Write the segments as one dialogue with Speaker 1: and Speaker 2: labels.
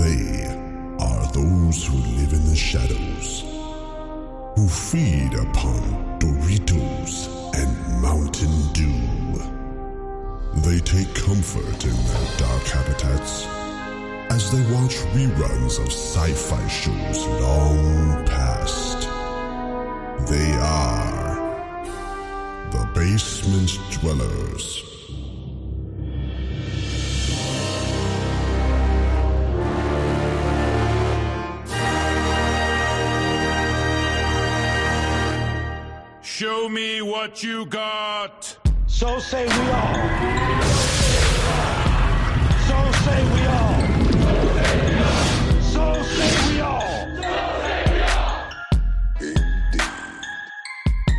Speaker 1: They are those who live in the shadows, who feed upon Doritos and Mountain Dew. They take comfort in their dark habitats as they watch reruns of sci fi shows long past. They are the Basement Dwellers.
Speaker 2: Show me what you got.
Speaker 3: So say we all. So say we all. So say we all.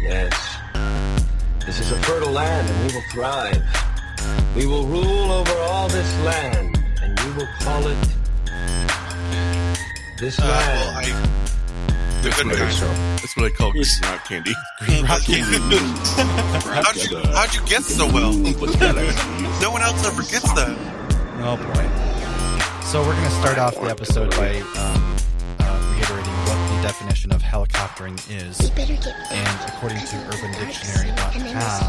Speaker 4: Yes. This is a fertile land and we will thrive. We will rule over all this land and we will call it this
Speaker 5: Uh, well,
Speaker 4: land.
Speaker 5: I, the good guys.
Speaker 6: That's what I call green rock candy.
Speaker 5: How'd you, how'd you get so well? No one else ever gets that.
Speaker 7: Oh boy. So we're going to start off the episode by um, uh, reiterating what the definition of helicoptering is.
Speaker 8: Better get
Speaker 7: And according to
Speaker 8: UrbanDictionary.com,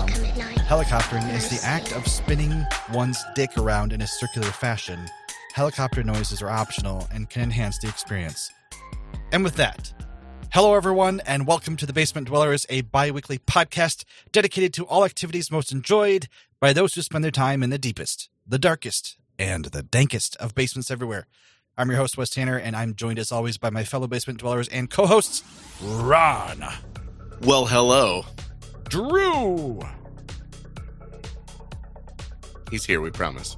Speaker 7: UrbanDictionary.com, helicoptering is the act of spinning one's dick around in a circular fashion. Helicopter noises are optional and can enhance the experience. And with that, hello everyone, and welcome to the Basement Dwellers, a bi weekly podcast dedicated to all activities most enjoyed by those who spend their time in the deepest, the darkest, and the dankest of basements everywhere. I'm your host, Wes Tanner, and I'm joined as always by my fellow basement dwellers and co hosts, Ron.
Speaker 6: Well, hello.
Speaker 7: Drew.
Speaker 6: He's here, we promise.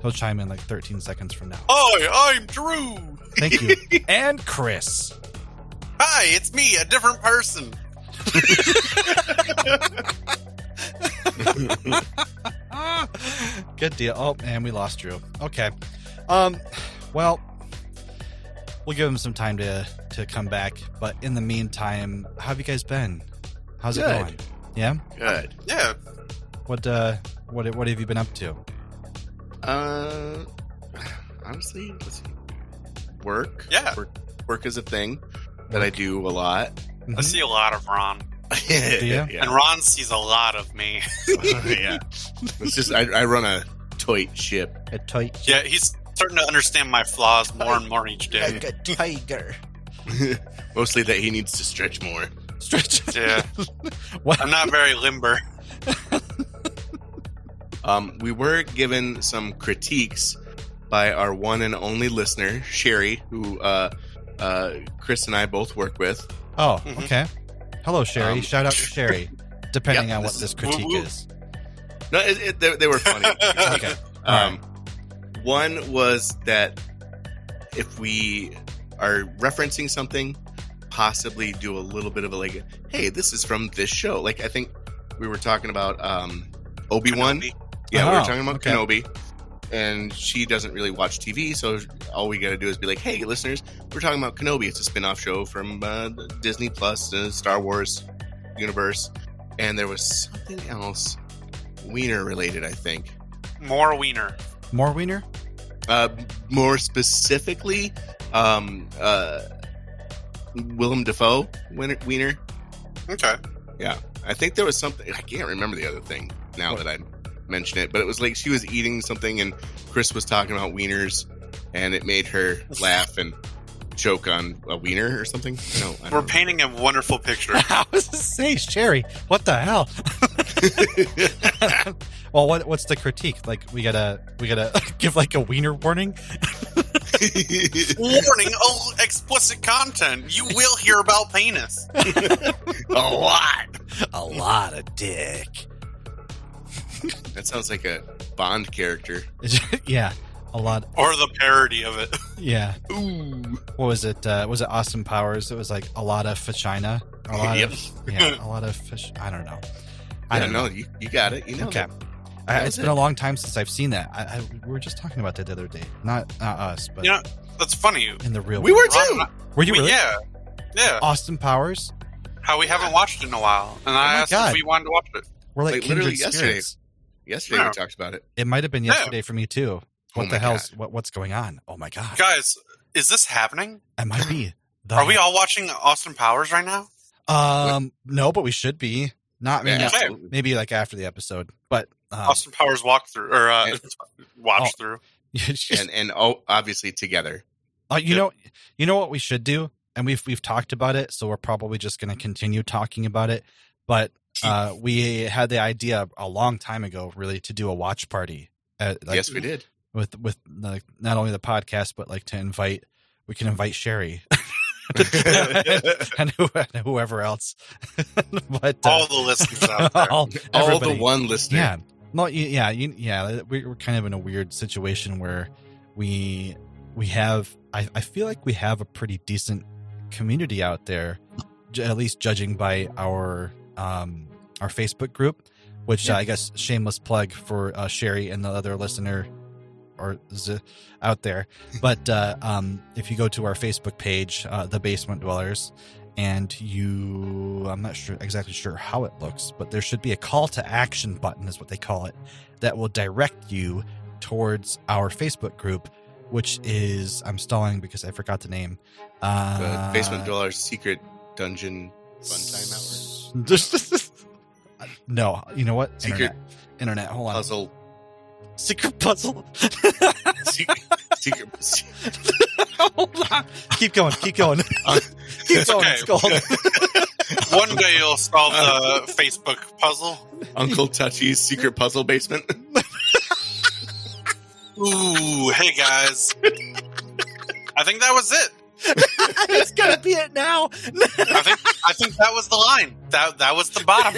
Speaker 7: He'll chime in like 13 seconds from now.
Speaker 5: Hi, I'm Drew.
Speaker 7: Thank you. and Chris.
Speaker 5: Hi, it's me, a different person.
Speaker 7: Ah, Good deal. Oh, and we lost Drew. Okay. Um, well, we'll give him some time to to come back. But in the meantime, how have you guys been? How's it
Speaker 6: Good.
Speaker 7: going? Yeah.
Speaker 6: Good.
Speaker 5: Yeah,
Speaker 7: What uh, what what have you been up to?
Speaker 6: Uh, honestly, let's see. work.
Speaker 5: Yeah.
Speaker 6: Work, work is a thing that I do a lot.
Speaker 7: Mhm.
Speaker 9: I see a lot of Ron,
Speaker 7: ya?
Speaker 6: yeah.
Speaker 9: and Ron sees a lot of me.
Speaker 6: yeah. It's just, I, I run a toit ship.
Speaker 7: A tight.
Speaker 9: Yeah, he's starting to understand my flaws more and more each day.
Speaker 7: a tiger.
Speaker 6: Mostly that he needs to stretch more.
Speaker 7: Stretch.
Speaker 9: Yeah,
Speaker 7: What?
Speaker 9: I'm not very limber.
Speaker 6: Um, we were given some critiques by our one and only listener, Sherry, who uh, uh, Chris and I both work with.
Speaker 7: Oh,
Speaker 9: Mhm.
Speaker 7: okay. Hello, Sherry.
Speaker 6: Um,
Speaker 7: Shout out to Sherry. Depending
Speaker 6: Yep,
Speaker 7: on what
Speaker 6: this
Speaker 7: this
Speaker 6: is-
Speaker 7: critique
Speaker 9: woo-woo.
Speaker 7: is.
Speaker 6: No, it, it, they, they were funny.
Speaker 7: Okay.
Speaker 6: um, One was that if we are referencing something, possibly do a little bit of a like, hey, this is from this show. Like, I think we were talking about um, Obi Wan. Yeah, we
Speaker 7: Oh,
Speaker 6: were talking about
Speaker 7: okay.
Speaker 6: Kenobi. And she doesn't really watch TV, so all we got to do is be like, "Hey, listeners, we're talking about Kenobi. It's a spin-off show from uh, Disney Plus, uh, Star Wars universe." And there was something else, Wiener related, I think.
Speaker 9: More wiener.
Speaker 7: More wiener.
Speaker 6: Uh, more specifically, um, uh, Willem Dafoe Wiener, Wiener.
Speaker 5: okay.
Speaker 6: I think there was something I can't remember the other thing now that I mention it, but it was like she was eating something and Chris was talking about wieners, and it made her laugh and choke on a wiener or something. No, I
Speaker 9: We're
Speaker 6: don't
Speaker 9: painting a wonderful picture.
Speaker 7: I was to say, Sherry, what the hell? well, what what's the critique? Like, we gotta we gotta give like a wiener warning.
Speaker 9: Warning: Oh, explicit content. You will hear about penis.
Speaker 6: know. a lot.
Speaker 7: A lot of dick.
Speaker 6: That sounds like a Bond character.
Speaker 7: yeah, a lot.
Speaker 9: Or the parody of it.
Speaker 7: Yeah,
Speaker 6: Ooh,
Speaker 7: what was it? Uh, was it Austin Powers? It was like a lot of fashina. A lot
Speaker 6: Yep.
Speaker 7: of yeah, a lot of fish. I don't know.
Speaker 6: I don't know. You, you got it. You know.
Speaker 7: Okay.
Speaker 6: that.
Speaker 7: I,
Speaker 6: That
Speaker 7: it's
Speaker 6: was
Speaker 7: been a long time since I've seen that. I, I, we were just talking about that the other day. Not not us, but
Speaker 9: You know, that's funny.
Speaker 7: in the real.
Speaker 6: We were
Speaker 9: Ron-
Speaker 6: too.
Speaker 7: Were you
Speaker 9: we-
Speaker 7: really?
Speaker 9: Yeah, yeah.
Speaker 7: Austin Powers?
Speaker 9: How we haven't watched it in a while, and
Speaker 7: Oh my
Speaker 9: I asked
Speaker 7: God.
Speaker 9: if we wanted to watch it.
Speaker 7: We're like,
Speaker 6: Like, literally
Speaker 7: kindred
Speaker 6: yesterday.
Speaker 7: spirits.
Speaker 6: Yesterday
Speaker 9: Yeah.
Speaker 6: we talked about it.
Speaker 7: It might have been
Speaker 9: Yeah.
Speaker 7: yesterday for me too. What
Speaker 6: Oh
Speaker 7: the
Speaker 6: my
Speaker 7: hell's what, what's going on? Oh my god!
Speaker 9: Guys, is this happening?
Speaker 7: It might be. The,
Speaker 9: Are we all watching Austin Powers right now?
Speaker 7: Um, no, but we should be. Not I mean,
Speaker 6: Yeah,
Speaker 7: not-
Speaker 6: absolutely.
Speaker 7: maybe like after the episode, but um,
Speaker 9: Austin Powers walkthrough or uh, watch through.
Speaker 7: it's just-
Speaker 6: and and oh, obviously together.
Speaker 7: Uh, you know, you know what we should do, and we've we've talked about it, so we're probably just going to continue talking about it. But uh, we had the idea a long time ago, really, to do a watch party. Uh, like,
Speaker 6: yes, we did.
Speaker 7: with with like not only the podcast, but like to invite we can invite Sherry and, who, and whoever else, but uh,
Speaker 9: All the listeners out there.
Speaker 7: all-
Speaker 6: All the
Speaker 7: everybody.
Speaker 6: one listener.
Speaker 7: Yeah. Well, you- yeah, you, yeah. we- We're kind of in a weird situation where we we have. I, I feel like we have a pretty decent community out there, ju- at least judging by our um our Facebook group, which uh, I guess shameless plug for uh, Sherry and the other listener or z- out there. But uh, um, if you go to our Facebook page, uh, the Basement Dwellers, and you i'm not sure exactly sure how it looks but there should be a call to action button is what they call it that will direct you towards our facebook group which is i'm stalling because i forgot the name
Speaker 6: The
Speaker 7: uh,
Speaker 6: basement dweller's secret dungeon fun time hour
Speaker 7: time hour no you know what
Speaker 6: Secret-
Speaker 7: internet internet hold on
Speaker 6: puzzle.
Speaker 7: secret puzzle
Speaker 6: secret, secret, secret-
Speaker 7: hold on keep going keep going keep going it's called
Speaker 9: One day you'll solve
Speaker 7: Oh.
Speaker 9: the Facebook puzzle.
Speaker 6: Uncle Touchy's secret puzzle basement.
Speaker 9: Ooh, hey guys. I think that was it.
Speaker 7: it's gonna be it now
Speaker 9: I think I think that was the line. That that was the bottom.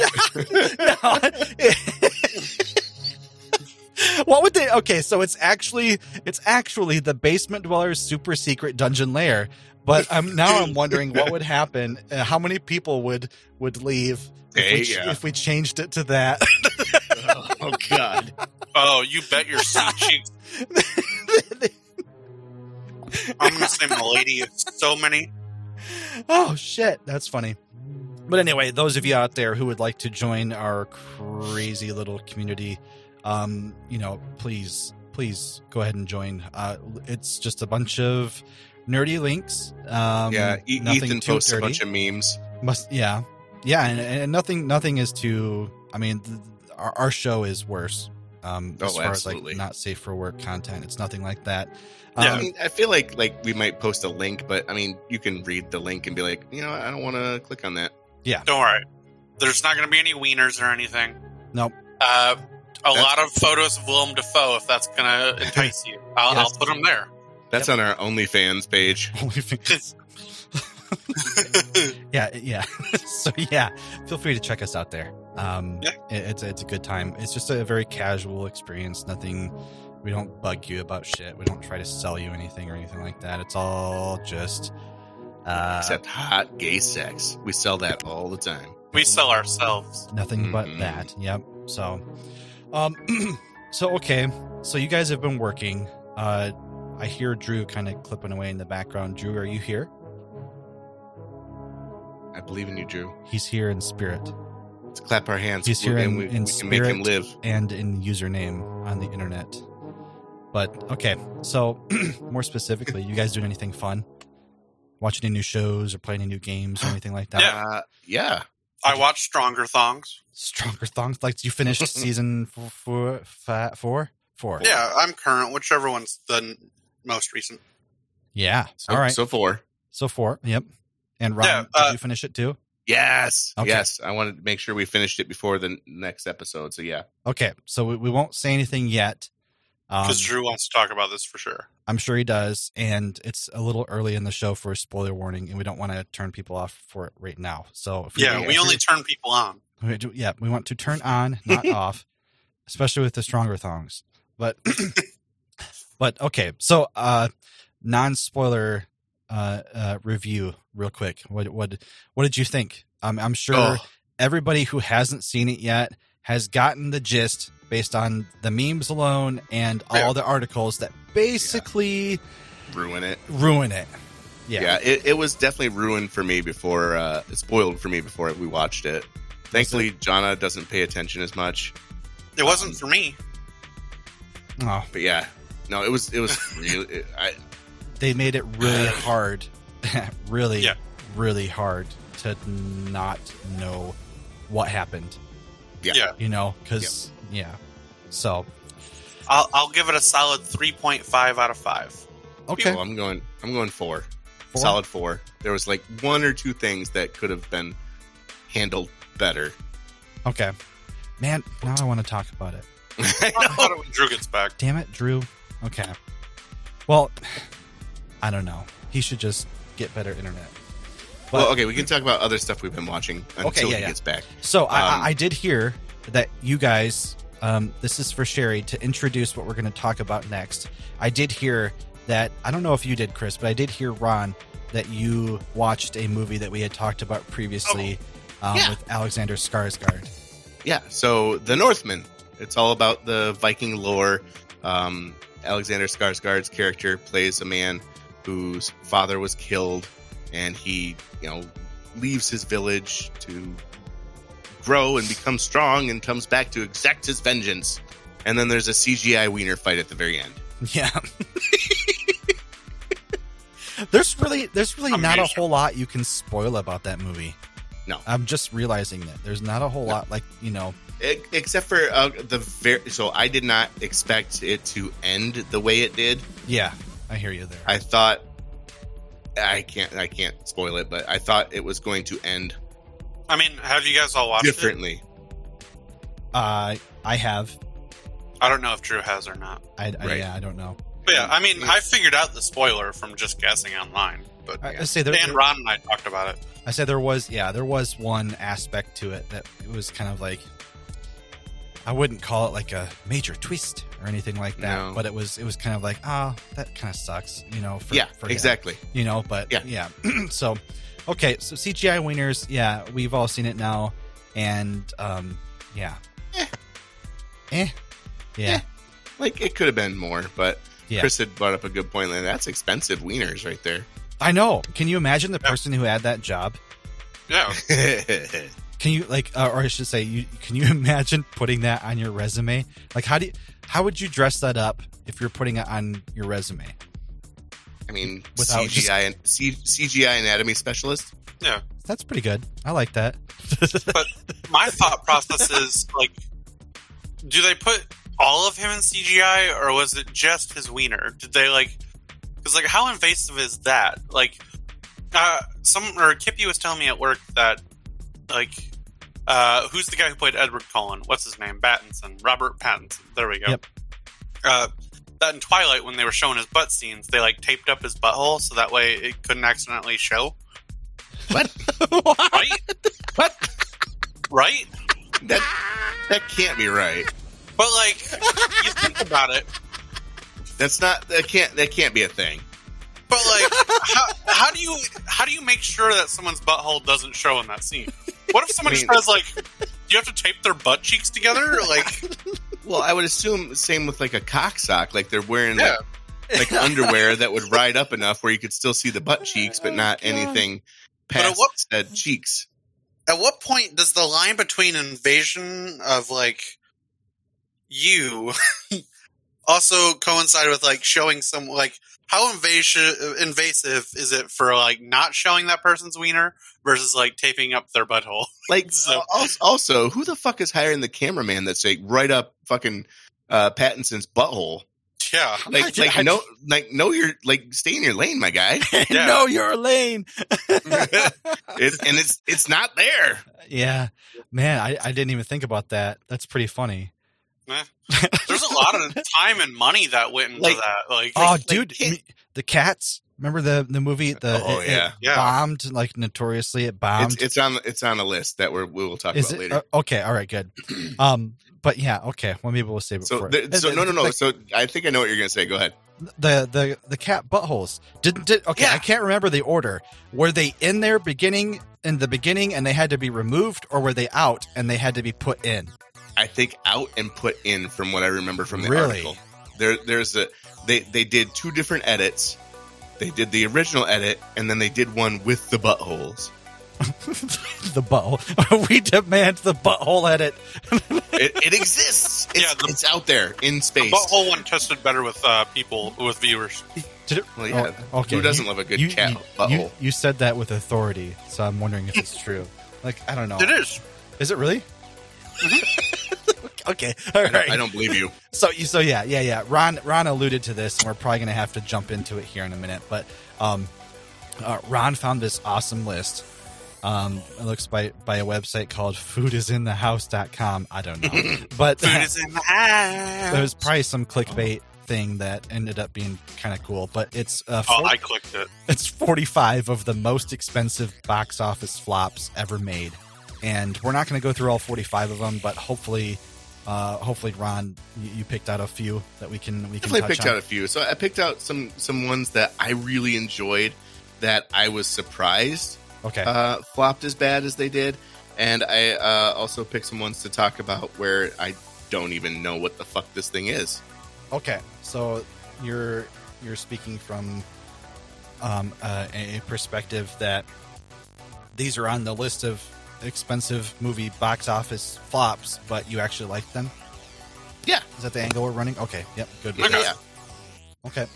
Speaker 7: No. what would they okay so it's actually it's actually the basement dweller's super secret dungeon lair but i'm now i'm wondering what would happen uh, how many people would would leave if, we,
Speaker 6: Hey,
Speaker 7: ch-
Speaker 6: yeah.
Speaker 7: if we changed it to that
Speaker 6: oh God!
Speaker 9: Oh, you bet your sweet cheeks. I'm gonna say Milady is so many.
Speaker 7: oh shit that's funny but anyway those of you out there who would like to join our crazy little community um you know please please go ahead and join uh it's just a bunch of nerdy links um
Speaker 6: yeah, E-
Speaker 7: nothing
Speaker 6: Ethan
Speaker 7: too
Speaker 6: posts
Speaker 7: dirty.
Speaker 6: a bunch of memes.
Speaker 7: must yeah yeah and, and nothing nothing is too i mean th- our, our show is worse um as
Speaker 6: Oh,
Speaker 7: far
Speaker 6: absolutely.
Speaker 7: as like not safe for work content it's nothing like that Um,
Speaker 9: Yeah.
Speaker 6: I mean, I feel like like we might post a link, but I mean, you can read the link and be like, you know, I don't want to click on that.
Speaker 9: Don't worry. There's not gonna be any wieners or anything.
Speaker 7: Nope.
Speaker 9: Uh, a
Speaker 6: That's-
Speaker 9: lot of photos of Willem Dafoe, if that's gonna entice you. I'll,
Speaker 7: Yes.
Speaker 9: I'll put them there.
Speaker 6: That's on our OnlyFans page.
Speaker 7: Only fans. yeah, yeah. so yeah, feel free to check us out there. Um,
Speaker 9: Yeah.
Speaker 7: it- it's it's a good time. It's just a very casual experience. Nothing. We don't bug you about shit. We don't try to sell you anything or anything like that. It's all just. Uh,
Speaker 6: Except hot gay sex, we sell that all the time.
Speaker 9: We sell ourselves.
Speaker 7: nothing but
Speaker 6: Mhm.
Speaker 7: that. Yep. So, um, so okay. So you guys have been working. Uh, I hear Drew kind of clipping away in the background. Drew, are you here?
Speaker 6: I believe in you, Drew.
Speaker 7: He's here in spirit.
Speaker 6: Let's clap our hands.
Speaker 7: He's here in-
Speaker 6: and we,
Speaker 7: in
Speaker 6: we can make him
Speaker 7: spirit.
Speaker 6: live.
Speaker 7: and in username on the internet. But okay, so more specifically, you guys doing anything fun? Watch any new shows or play any new games or anything like that?
Speaker 9: Yeah.
Speaker 6: Uh, yeah.
Speaker 9: I watch Stronger Thongs.
Speaker 7: Stronger thongs. Like you finished season four, four, fi- four, four.
Speaker 9: Yeah, I'm current, whichever one's the n- most recent.
Speaker 7: Yeah.
Speaker 6: So,
Speaker 7: All right. So,
Speaker 6: So four.
Speaker 7: four. Yep. And Ron,
Speaker 9: Yeah,
Speaker 7: did
Speaker 9: uh,
Speaker 7: you finish it too?
Speaker 6: Yes.
Speaker 7: Okay.
Speaker 6: Yes. I wanted to make sure we finished it before the next episode. So yeah.
Speaker 7: Okay, so we, we won't say anything yet. Um,
Speaker 9: Because Drew wants to talk about this for sure.
Speaker 7: I'm sure he does, and it's a little early in the show for a spoiler warning, and we don't want to turn people off for it right now. So if you-
Speaker 9: Yeah,
Speaker 7: if
Speaker 9: we
Speaker 7: you-
Speaker 9: only turn people on.
Speaker 7: We do, yeah, we want to turn on, not off, especially with the stronger thongs. But but okay, so uh non spoiler uh, uh review real quick. What what what did you think? Um, I'm sure
Speaker 6: Oh.
Speaker 7: everybody who hasn't seen it yet has gotten the gist based on the memes alone and all the articles that basically
Speaker 6: Ruin it.
Speaker 7: ruin it. Yeah.
Speaker 6: Yeah. it, it was definitely ruined for me before. Uh, it spoiled for me before we watched it. Thankfully, Jana doesn't pay attention as much.
Speaker 9: It wasn't for me.
Speaker 7: Oh,
Speaker 6: But yeah, No, it was it was really. It, I,
Speaker 7: They made it really hard, really,
Speaker 9: Yeah.
Speaker 7: really hard to not know what happened.
Speaker 6: Yeah.
Speaker 9: Yeah.
Speaker 7: You know, because, yeah. So,
Speaker 9: I'll, I'll give it a solid 3.5 out of 5.
Speaker 7: okay.
Speaker 6: well, oh, I'm going. I'm going four.
Speaker 7: Four?
Speaker 6: Solid four. There was like one or two things that could have been handled better.
Speaker 7: Okay. Man, now I want to talk about it.
Speaker 6: I
Speaker 9: I
Speaker 6: know.
Speaker 9: thought it was Drew gets back.
Speaker 7: Damn it, Drew. Okay. Well, I don't know. He should just get better internet.
Speaker 6: Well, okay, we can talk about other stuff we've been watching until
Speaker 7: Okay, yeah,
Speaker 6: he
Speaker 7: yeah.
Speaker 6: gets back.
Speaker 7: So I,
Speaker 6: Um,
Speaker 7: I I did hear that you guys. Um, this is for Sherry to introduce what we're going to talk about next. I did hear that. I don't know if you did, Chris, but I did hear Ron that you watched a movie that we had talked about previously um,
Speaker 6: Oh, yeah.
Speaker 7: with Alexander Skarsgård.
Speaker 6: Yeah, so the Northmen. It's all about the Viking lore. Um, Alexander Skarsgård's character plays a man whose father was killed, and he, you know, leaves his village to grow and become strong, and comes back to exact his vengeance. And then there's a CGI wiener fight at the very end.
Speaker 7: Yeah. there's really there's really not a
Speaker 9: Amazing.
Speaker 7: whole lot you can spoil about that movie.
Speaker 6: No.
Speaker 7: I'm just realizing that there's not a whole lot like, you know,
Speaker 6: E- except for uh, the very, so I did not expect it to end the way it did.
Speaker 7: yeah, I hear you there.
Speaker 6: I thought I can't I can't spoil it, but I thought it was going to end
Speaker 9: I mean, have you guys all watched it?
Speaker 6: differently.
Speaker 7: uh I have
Speaker 9: I don't know if Drew has or not.
Speaker 7: I, I
Speaker 6: Right.
Speaker 7: yeah, I don't know.
Speaker 9: But yeah, I mean, I figured out the spoiler from just guessing online. But
Speaker 7: I, I say there,
Speaker 9: Dan, Ron, and I talked about it.
Speaker 7: I say there was yeah, there was one aspect to it that it was kind of like I wouldn't call it like a major twist or anything like that,
Speaker 6: No.
Speaker 7: but it was it was kind of like, ah, that kind of sucks, you know, for
Speaker 6: yeah,
Speaker 7: for Dan.
Speaker 6: exactly.
Speaker 7: you know but yeah,
Speaker 6: Yeah.
Speaker 7: so okay so cgi wieners yeah we've all seen it now and um yeah eh, yeah
Speaker 6: Eh. Like it could have been more, but
Speaker 7: Yeah.
Speaker 6: Chris had brought up a good point. Like, that's expensive wieners right there.
Speaker 7: i know can you imagine the person who had that job
Speaker 9: Yeah.
Speaker 7: can you like uh, or i should say you can you imagine putting that on your resume like how do you how would you dress that up if you're putting it on your resume
Speaker 6: I mean,
Speaker 7: Without
Speaker 6: CGI and C, CGI anatomy specialist.
Speaker 7: that's pretty good i like that
Speaker 9: My thought process is like, do they put all of him in CGI or was it just his wiener? Did they like, because like, how invasive is that? Like, uh, some or Kippy was telling me at work that like, uh, who's the guy who played Edward Cullen? What's his name? Pattinson, Robert Pattinson. There we go.
Speaker 7: Yep.
Speaker 9: Uh, that in Twilight when they were showing his butt scenes, they like taped up his butthole so that way it couldn't accidentally show.
Speaker 7: What?
Speaker 9: Right?
Speaker 7: What?
Speaker 9: Right?
Speaker 6: That that can't be right.
Speaker 9: But like, you think about it.
Speaker 6: That's not that can't that can't be a thing.
Speaker 9: But like, how, how do you how do you make sure that someone's butthole doesn't show in that scene? What if someone
Speaker 6: I mean-
Speaker 9: just says like, "Do you have to tape their butt cheeks together?" Like,
Speaker 6: Well, I would assume same with like a cock sock. Like they're wearing
Speaker 9: Yeah.
Speaker 6: like, like underwear that would ride up enough where you could still see the butt cheeks, but not anything
Speaker 9: at
Speaker 6: past
Speaker 9: what-
Speaker 6: said cheeks.
Speaker 9: at what point does the line between invasion of like you also coincide with like showing some like how invasion invasive is it for like not showing that person's wiener versus like taping up their butthole?
Speaker 6: Like
Speaker 9: So-
Speaker 6: al- also, who the fuck is hiring the cameraman that's like right up fucking uh, Pattinson's butthole?
Speaker 9: Yeah,
Speaker 6: Like, like no, like no, you're like stay in your lane, my guy.
Speaker 9: Yeah.
Speaker 7: know your lane
Speaker 6: It's, and it's it's not there.
Speaker 7: Yeah, man, I, I didn't even think about that. That's pretty funny.
Speaker 9: Eh. There's a lot of time and money that went into
Speaker 6: Like-
Speaker 9: that. Like,
Speaker 7: oh, dude, me- the cats. Remember the the movie? The
Speaker 6: Oh,
Speaker 7: it,
Speaker 6: yeah.
Speaker 7: it
Speaker 9: Yeah.
Speaker 7: bombed like notoriously. It bombed.
Speaker 6: It's it's on it's on a list that we're, we will talk
Speaker 7: Um, Is
Speaker 6: about
Speaker 7: it-
Speaker 6: later.
Speaker 7: uh, okay, all right, good. Um, but yeah, okay. Well, maybe we'll save it
Speaker 6: so
Speaker 7: for.
Speaker 6: there, so no no no.
Speaker 7: The,
Speaker 6: So I think I know what you're gonna say. Go ahead.
Speaker 7: the the, the cat buttholes didn't. Did, okay,
Speaker 6: Yeah.
Speaker 7: I can't remember the order. Were they in there beginning in the beginning and they had to be removed, or were they out and they had to be put in?
Speaker 6: I think out and put in from what I remember from the
Speaker 7: Really?
Speaker 6: article. There there's a they they did two different edits. They did the original edit and then they did one with the buttholes.
Speaker 7: the butthole. we demand the butthole edit.
Speaker 6: It, it exists. It's,
Speaker 9: Yeah, the-
Speaker 6: it's out there in space.
Speaker 9: Butthole one tested better with uh, people with viewers.
Speaker 7: Did it-
Speaker 6: Well, yeah.
Speaker 7: oh, okay.
Speaker 6: Who doesn't
Speaker 7: You-
Speaker 6: love a good
Speaker 7: you,
Speaker 6: cat
Speaker 7: you,
Speaker 6: butthole?
Speaker 7: You, you said that with authority, so I'm wondering if it's true. Like I don't know.
Speaker 9: It is.
Speaker 7: Is it really? okay. All
Speaker 6: Mm-hmm. I,
Speaker 7: right.
Speaker 6: don't, I don't believe you.
Speaker 7: So you so yeah yeah yeah. Ron Ron alluded to this, and we're probably gonna have to jump into it here in a minute. But um, uh, Ron found this awesome list. Um, it looks by by a website called foodisinthehouse.com. I don't know, but
Speaker 9: Food is in the house.
Speaker 7: there was probably some clickbait thing that ended up being kind of cool. But it's uh,
Speaker 9: oh,
Speaker 7: four-
Speaker 9: I clicked it.
Speaker 7: it's 45 of the most expensive box office flops ever made. And we're not going to go through all 45 of them, but hopefully, uh, hopefully, Ron, you, you picked out a few that we can we can
Speaker 6: Definitely
Speaker 7: touch
Speaker 6: picked
Speaker 7: on.
Speaker 6: out a few. So I picked out some some ones that I really enjoyed that I was surprised
Speaker 7: okay,
Speaker 6: uh, flopped as bad as they did, and I uh, also picked some ones to talk about where I don't even know what the fuck this thing is.
Speaker 7: okay. So you're you're speaking from um, uh, a a perspective that these are on the list of expensive movie box office flops, but you actually like them.
Speaker 6: Yeah.
Speaker 7: Is that the angle we're running? Okay. Yep. Good.
Speaker 9: Okay.
Speaker 6: Yeah.
Speaker 7: Okay.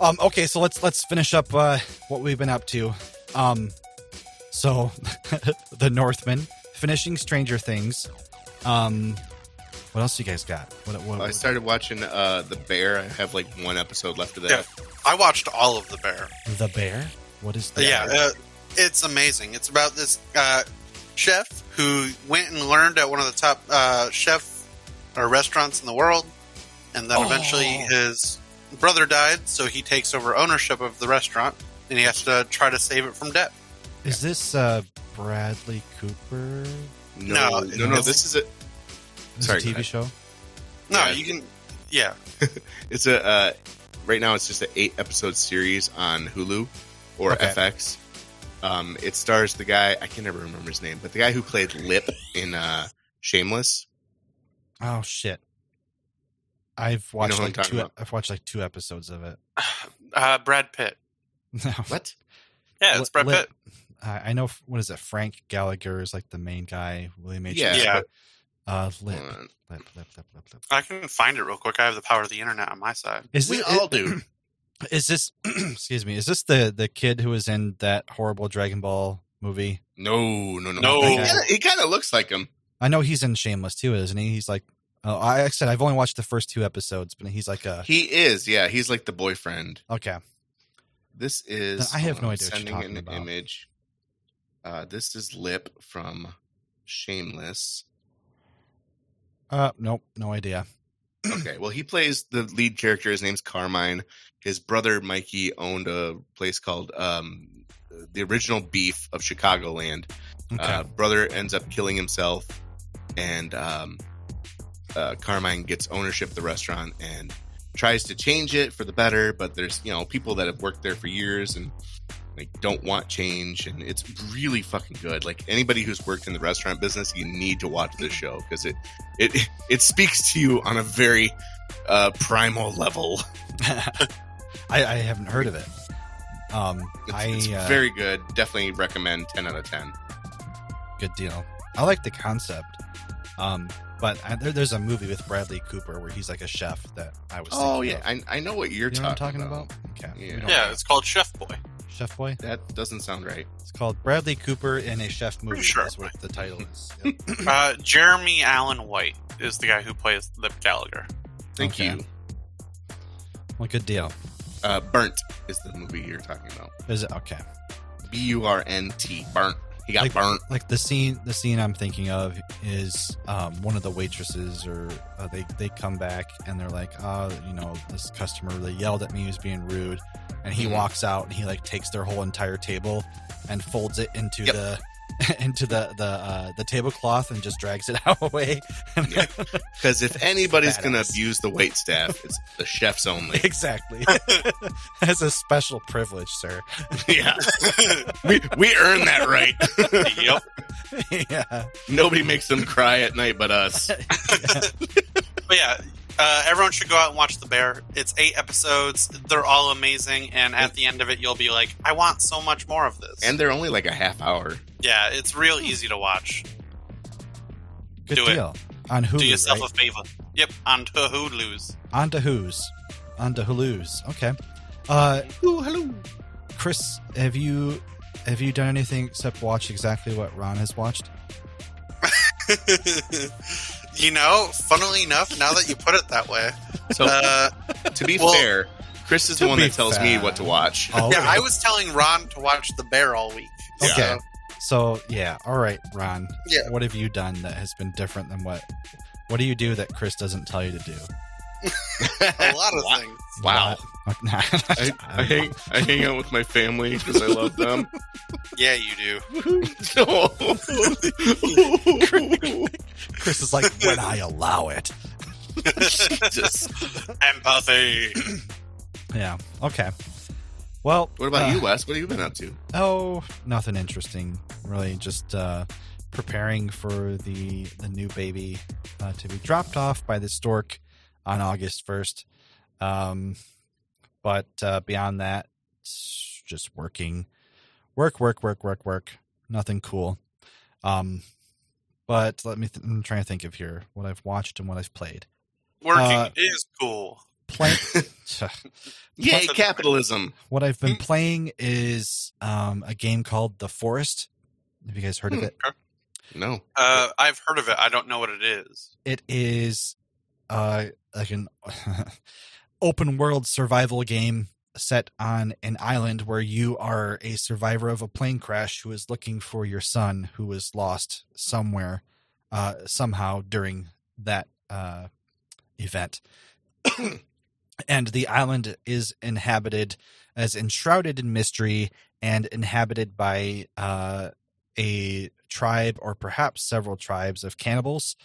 Speaker 7: Um, okay, so let's let's finish up uh, what we've been up to. Um, so the Northman finishing Stranger Things. Um, what else you guys got? What, what,
Speaker 6: I started watching uh, The Bear. I have like one episode left of that.
Speaker 9: Yeah. I watched all of The Bear.
Speaker 7: the bear. What is the
Speaker 9: Yeah,
Speaker 7: bear?
Speaker 9: uh, it's amazing. It's about this uh, chef who went and learned at one of the top uh, chef or restaurants in the world, and then eventually his brother died, so he takes over ownership of the restaurant, and he has to try to save it from debt.
Speaker 7: Is this uh, Bradley Cooper?
Speaker 9: No,
Speaker 6: No, no, no,
Speaker 9: it's-
Speaker 6: This is a
Speaker 7: Is this
Speaker 6: Sorry,
Speaker 7: a
Speaker 6: go
Speaker 7: TV
Speaker 6: ahead.
Speaker 7: show.
Speaker 9: No,
Speaker 6: Yeah.
Speaker 9: you can. Yeah,
Speaker 6: it's a uh, right now it's just an eight episode series on Hulu or
Speaker 7: Okay.
Speaker 6: FX. Um, it stars the guy I can never remember his name, but the guy who played Lip in uh, Shameless.
Speaker 7: Oh shit! I've watched
Speaker 6: who I'm
Speaker 7: like
Speaker 6: talking
Speaker 7: two.
Speaker 6: about.
Speaker 7: I've watched like two episodes of it.
Speaker 9: uh, Brad Pitt.
Speaker 6: What?
Speaker 9: Yeah, it's Brad Pitt.
Speaker 7: Uh, I know. What is it? Frank Gallagher is like the main guy. William H.
Speaker 6: Yeah,
Speaker 9: Yeah.
Speaker 6: but-
Speaker 7: Uh, lip,
Speaker 6: hold on.
Speaker 7: lip, lip, lip, lip, lip.
Speaker 9: I can find it real quick. I have the power of the internet on my side.
Speaker 7: Is
Speaker 6: we
Speaker 7: it-
Speaker 6: all do.
Speaker 7: Is this? excuse me. Is this the the kid who was in that horrible Dragon Ball movie?
Speaker 6: No, no, no.
Speaker 9: No.
Speaker 6: He kinda- He kind of looks like him.
Speaker 7: I know he's in Shameless too, isn't he? He's like, oh, I I said I've only watched the first two episodes, but he's like a
Speaker 6: He is. Yeah, he's like the boyfriend.
Speaker 7: okay.
Speaker 6: This is.
Speaker 7: I have no idea
Speaker 6: hold on,
Speaker 7: what you're
Speaker 6: Sending
Speaker 7: talking
Speaker 6: an
Speaker 7: about.
Speaker 6: image. Uh, this is Lip from Shameless.
Speaker 7: Uh, nope, no idea.
Speaker 6: okay. Well, he plays the lead character. His name's Carmine. His brother Mikey owned a place called um, the original Beef of Chicagoland.
Speaker 7: Okay,
Speaker 6: Uh, brother ends up killing himself, and um, uh, Carmine gets ownership of the restaurant and tries to change it for the better. But there's you know people that have worked there for years and like don't want change, and it's really fucking good. Like anybody who's worked in the restaurant business, you need to watch this show because it it it speaks to you on a very uh, primal level.
Speaker 7: I, I haven't heard of it. Um,
Speaker 6: It's,
Speaker 7: I
Speaker 6: it's
Speaker 7: uh,
Speaker 6: very good. Definitely recommend ten out of ten.
Speaker 7: good deal. I like the concept. Um, but I, there, there's a movie with Bradley Cooper where he's like a chef that I was.
Speaker 6: Oh
Speaker 7: thinking
Speaker 6: yeah,
Speaker 7: of.
Speaker 6: I, I know what you're
Speaker 7: you know
Speaker 6: talking,
Speaker 7: what I'm talking about. Okay,
Speaker 6: about.
Speaker 7: we
Speaker 6: Yeah.
Speaker 7: don't-
Speaker 9: Yeah, it's called Chef Boy.
Speaker 7: Chef Boy.
Speaker 6: That doesn't sound right.
Speaker 7: It's called Bradley Cooper in a Chef Movie.
Speaker 9: sure.
Speaker 7: That's what the title is. Yep.
Speaker 9: Uh, Jeremy Allen White is the guy who plays Lip Gallagher.
Speaker 6: Thank
Speaker 7: Okay.
Speaker 6: you.
Speaker 7: well, good deal.
Speaker 6: Uh, Burnt is the movie you're talking about.
Speaker 7: Is it okay?
Speaker 6: B U R N T. Burnt. He got
Speaker 7: Like-
Speaker 6: burnt.
Speaker 7: Like the scene, the scene I'm thinking of is um, one of the waitresses, or uh, they they come back and they're like, uh, you know, this customer they yelled at me, he was being rude, and he
Speaker 9: Mm-hmm.
Speaker 6: Mhm.
Speaker 7: walks out and he like takes their whole entire table and folds it into
Speaker 6: Yep.
Speaker 7: the. Into the the uh, the tablecloth and just drags it out away.
Speaker 6: Yeah. Because if anybody's going to
Speaker 7: Badass.
Speaker 6: abuse the wait staff, it's the chefs only.
Speaker 7: exactly, as a special privilege, sir.
Speaker 6: yeah. we, we earn that right.
Speaker 9: yep.
Speaker 7: yeah,
Speaker 6: Nobody makes them cry at night but us.
Speaker 9: But yeah, uh, everyone should go out and watch The Bear. It's eight episodes. They're all amazing, and at the end of it, you'll be like, "I want so much more of this."
Speaker 6: And they're only like a half hour.
Speaker 9: yeah, it's real easy to watch.
Speaker 7: Good
Speaker 9: Do it.
Speaker 7: deal. On Hulu,
Speaker 9: Do yourself
Speaker 7: right?
Speaker 9: a favor. Yep, on to Hulu's.
Speaker 7: On to who's? On to Hulu's. Okay. Uh, Chris, have you have you done anything except watch exactly what Ron has watched?
Speaker 9: you know, funnily enough, now that you put it that way,
Speaker 6: So
Speaker 9: uh,
Speaker 6: to be
Speaker 9: well,
Speaker 6: fair, Chris is the
Speaker 7: to
Speaker 6: one
Speaker 7: be
Speaker 6: that tells me
Speaker 7: fair.
Speaker 6: what to watch.
Speaker 7: Oh,
Speaker 9: yeah, I was telling Ron to watch The Bear all week.
Speaker 7: Okay.
Speaker 9: So,
Speaker 7: So yeah, all right, Ron.
Speaker 9: Yeah.
Speaker 7: What have you done that has been different than what? What do you do that Chris doesn't tell you to do?
Speaker 9: a lot of
Speaker 6: Wow.
Speaker 9: things.
Speaker 6: Wow.
Speaker 7: Not- Nah.
Speaker 6: I, I, hang, I hang out with my family because I love them.
Speaker 9: Yeah, you do.
Speaker 7: Chris is like when I allow it.
Speaker 6: Just-
Speaker 9: Empathy.
Speaker 7: Yeah. Okay. Well,
Speaker 6: what about
Speaker 7: uh,
Speaker 6: you, Wes? What have you been up to?
Speaker 7: Oh, nothing interesting, really. Just uh, preparing for the the new baby uh, to be dropped off by the stork on August first. Um, but uh, beyond that, it's just working, work, work, work, work, work. Nothing cool. Um, but let me. Th- I'm trying to think of here what I've watched and what I've played.
Speaker 9: Working
Speaker 7: Uh,
Speaker 9: is cool.
Speaker 7: Play-
Speaker 6: Yay,
Speaker 9: Nothing.
Speaker 6: capitalism!
Speaker 7: what I've been playing is um, a game called The Forest. Have you guys heard of
Speaker 6: Hmm.
Speaker 7: it?
Speaker 6: No,
Speaker 9: Uh, I've heard of it. I don't know what it is.
Speaker 7: it is uh like an open world survival game set on an island where you are a survivor of a plane crash who is looking for your son who was lost somewhere uh somehow during that uh event and the island is inhabited as enshrouded in mystery and inhabited by uh a tribe or perhaps several tribes of cannibals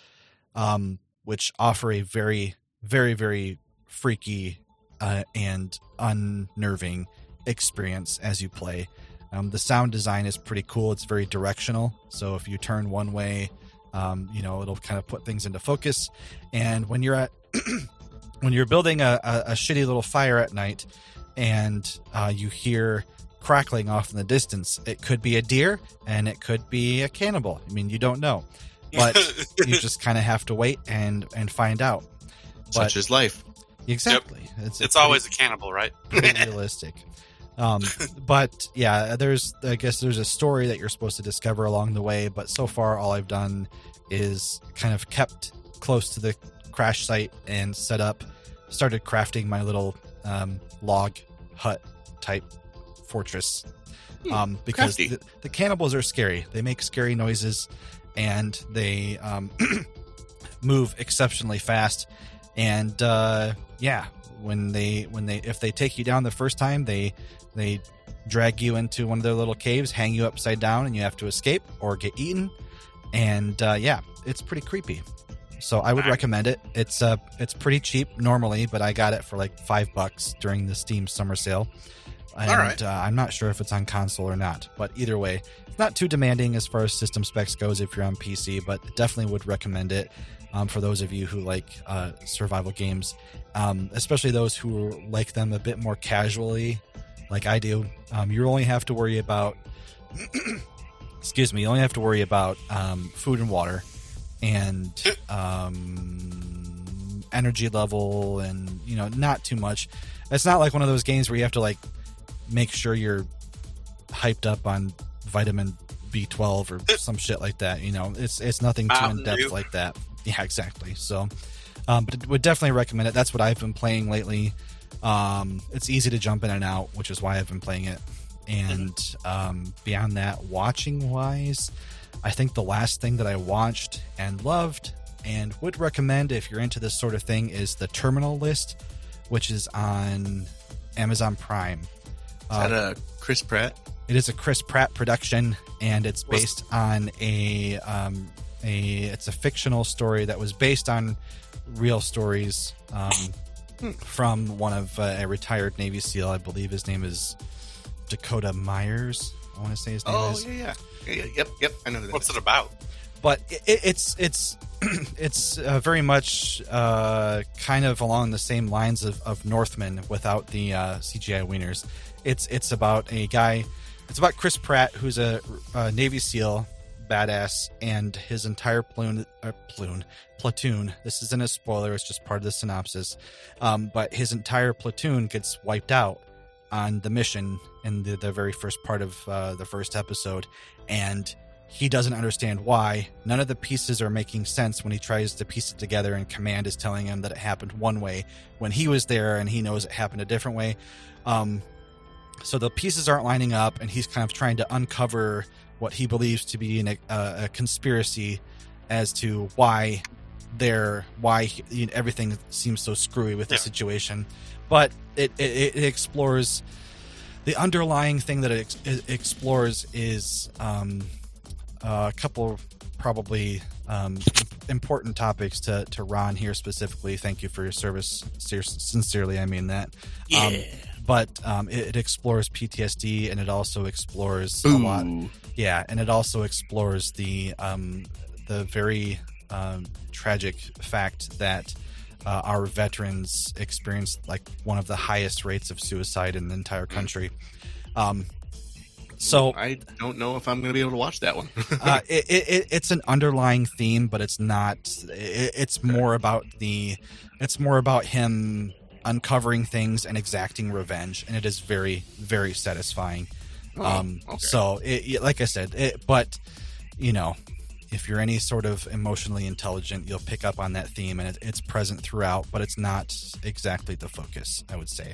Speaker 7: um, which offer a very, very, very freaky uh, and unnerving experience as you play. Um, the sound design is pretty cool. It's very directional. So if you turn one way, um, you know it'll kind of put things into focus. And when you're at when you're building a, a, a shitty little fire at night, and uh, you hear crackling off in the distance, it could be a deer and it could be a cannibal. I mean, you don't know, but you just kind of have to wait and and find out.
Speaker 6: such is life.
Speaker 7: Exactly, it's,
Speaker 9: it's
Speaker 7: pretty-
Speaker 9: always a cannibal, right?
Speaker 7: pretty realistic. Um, but yeah, there's I guess there's a story that you're supposed to discover along the way. But so far, all I've done is kind of kept close to the crash site and set up, started crafting my little um, log hut type fortress.
Speaker 6: Hmm,
Speaker 7: Um, because
Speaker 6: crafty.
Speaker 7: the, the cannibals are scary. They make scary noises, and they um, move exceptionally fast. And uh, yeah, when they when they if they take you down the first time, they they drag you into one of their little caves, hang you upside down, and you have to escape or get eaten. And uh, yeah, it's pretty creepy. So I would
Speaker 9: Nice.
Speaker 7: recommend it. It's uh it's pretty cheap normally, but I got it for like five bucks during the Steam summer sale. And
Speaker 9: Alright.
Speaker 7: uh, I'm not sure if it's on console or not, but either way, it's not too demanding as far as system specs goes if you're on PC. But definitely would recommend it um, for those of you who like uh, survival games, um, especially those who like them a bit more casually, like I do. Um, you only have to worry about, excuse me, you only have to worry about um, food and water, and um, energy level, and you know, not too much. It's not like one of those games where you have to like make sure you're hyped up on vitamin B12 or some shit like that. You know, it's it's nothing too
Speaker 9: Mountain
Speaker 7: in depth
Speaker 9: Dew.
Speaker 7: like that. Yeah, exactly. So, um, but would definitely recommend it. That's what I've been playing lately. Um, it's easy to jump in and out, which is why I've been playing it. And um, beyond that, watching wise, I think the last thing that I watched and loved and would recommend if you're into this sort of thing is the Terminal List, which is on Amazon Prime.
Speaker 6: Is that a Chris Pratt?
Speaker 7: It is a Chris Pratt production, and it's
Speaker 9: Was-
Speaker 7: based on a um, a it's a fictional story that was based on real stories um, from one of uh, a retired Navy SEAL. I believe his name is Dakota Myers. I want to say his name
Speaker 6: Oh
Speaker 7: is
Speaker 6: yeah, yeah, yeah, yeah. Yep, yep. I know that.
Speaker 9: What's it about?
Speaker 7: but it, it's it's it's uh, very much uh, kind of along the same lines of, of Northman without the uh, CGI wieners. It's it's about a guy. It's about Chris Pratt, who's a, uh Navy SEAL badass, and his entire platoon, uh, platoon, platoon. This isn't a spoiler; it's just part of the synopsis. Um, but his entire platoon gets wiped out on the mission in the, the very first part of uh, the first episode, and he doesn't understand why. None of the pieces are making sense when he tries to piece it together, and command is telling him that it happened one way when he was there, and he knows it happened a different way. Um, so the pieces aren't lining up, and he's kind of trying to uncover what he believes to be an, uh, a, a conspiracy as to why they're why he, you know, everything seems so screwy with the
Speaker 9: Yeah.
Speaker 7: situation. But it, it, it explores the underlying thing that it, ex- it explores is um, a couple probably um, important topics to, to Ron here specifically. Thank you for your service. Ser- sincerely, I mean that. Um, but um, it, it explores PTSD and it also explores a lot. Yeah, and it also explores the um, the very um, tragic fact that uh, our veterans experience like one of the highest rates of suicide in the entire country. Um, so
Speaker 6: I don't know if I'm going to be able to watch that one.
Speaker 7: uh, it, it, it, it's an underlying theme, but it's not. It, it's more about the. It's more about him uncovering things and exacting revenge, and it is very, very satisfying. um,
Speaker 6: okay.
Speaker 7: So, it, it- like I said, it, but you know, if you're any sort of emotionally intelligent, you'll pick up on that theme, and it, it's present throughout, but it's not exactly the focus. I would say.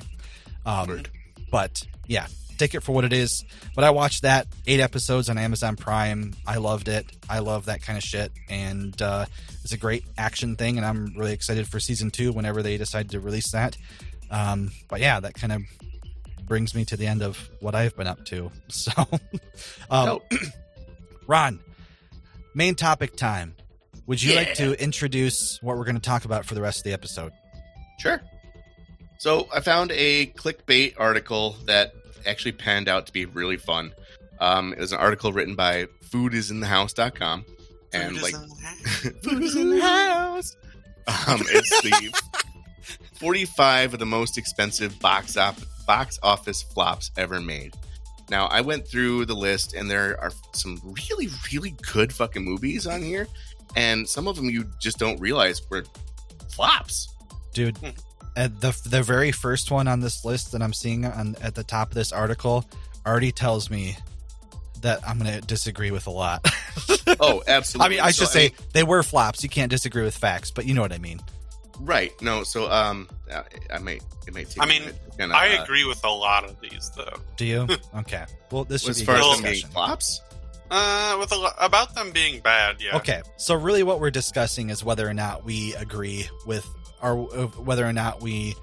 Speaker 7: Um, but yeah take it for what it is but i watched that eight episodes on amazon prime i loved it i love that kind of shit and uh, it's a great action thing and i'm really excited for season two whenever they decide to release that um, but yeah that kind of brings me to the end of what i've been up to so um,
Speaker 6: Dope.
Speaker 7: ron main topic time would you like to introduce what we're going to talk about for the rest of the episode
Speaker 6: Sure. So I found a clickbait article that actually panned out to be really fun. Um, it was an article written by foodisinthehouse.com.
Speaker 9: Food
Speaker 6: And
Speaker 9: is
Speaker 6: like,
Speaker 9: in the house.
Speaker 6: food is in the house. Um, it's the 45 of the most expensive box, op- box office flops ever made. Now, I went through the list, and there are some really, really good fucking movies on here. And some of them you just don't realize were flops.
Speaker 7: dude.
Speaker 9: Hmm.
Speaker 7: Uh, the the very first one on this list that I'm seeing on at the top of this article already tells me that I'm going to disagree with a lot.
Speaker 6: Oh,
Speaker 7: I
Speaker 6: absolutely.
Speaker 7: mean, I
Speaker 6: So,
Speaker 7: should say they were flops. You can't disagree with facts, but you know what I mean.
Speaker 6: Right. No. So, um, I, I might. It might take.
Speaker 9: I mean,
Speaker 6: a minute to kinda,
Speaker 9: I
Speaker 6: uh,
Speaker 9: agree with a lot of these, though.
Speaker 7: Do you? okay. Well, this should
Speaker 6: Hmm. as
Speaker 7: be
Speaker 6: far
Speaker 7: a
Speaker 6: as
Speaker 7: good
Speaker 6: them being
Speaker 7: discussion.
Speaker 6: flops,
Speaker 9: Uh, with a lo- about them being bad, yeah.
Speaker 7: Okay. So really, what we're discussing is whether or not we agree with, or uh, whether or not we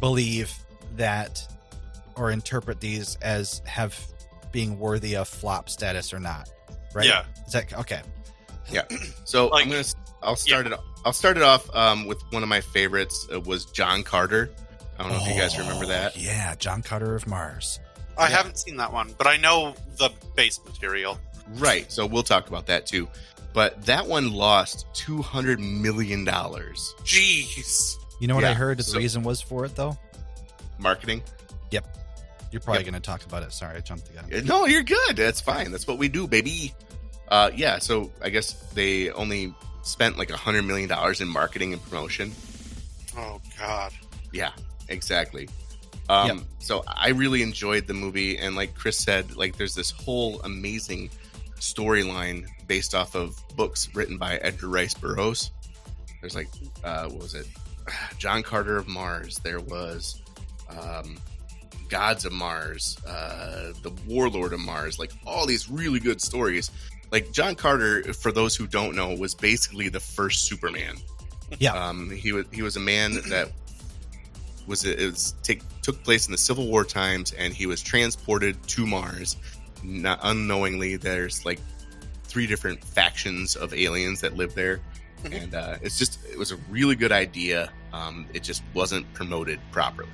Speaker 7: believe that, or interpret these as have being worthy of flop status or not. Right.
Speaker 9: Yeah.
Speaker 7: Is that okay?
Speaker 6: so
Speaker 9: Like-
Speaker 6: I'm gonna. s- I'll start it. I'll start it off um, with one of my favorites. Uh, was John Carter. I don't know if you guys
Speaker 7: Oh,
Speaker 6: remember that.
Speaker 7: Yeah, John Carter of Mars.
Speaker 9: I haven't seen that one, but I know the base material.
Speaker 6: Right. So we'll talk about that too. But that one lost two hundred million dollars
Speaker 9: Jeez.
Speaker 7: You know what I
Speaker 6: Yeah,
Speaker 7: heard the
Speaker 6: so-
Speaker 7: reason was for it though?
Speaker 6: marketing.
Speaker 7: You're probably
Speaker 6: Yep.
Speaker 7: going to talk about it. Sorry, I jumped the gun.
Speaker 6: Uh, No, you're good. That's fine. That's what we do, baby. Uh, yeah. So I guess they only spent like a hundred million dollars in marketing and promotion.
Speaker 9: Oh God.
Speaker 6: Yeah, exactly. Um, So I really enjoyed the movie, and like Chris said, like there's this whole amazing storyline based off of books written by Edgar Rice Burroughs. There's like, uh, what was it? John Carter of Mars. There was um, Gods of Mars, uh, The Warlord of Mars. Like all these really good stories. Like John Carter, for those who don't know, was basically the first Superman.
Speaker 7: Yeah.
Speaker 6: Um, he was he was a man that was it was take, took place in the Civil War times, and he was transported to Mars, not unknowingly. There's like three different factions of aliens that live there, and uh, it's just it was a really good idea. Um, it just wasn't promoted properly.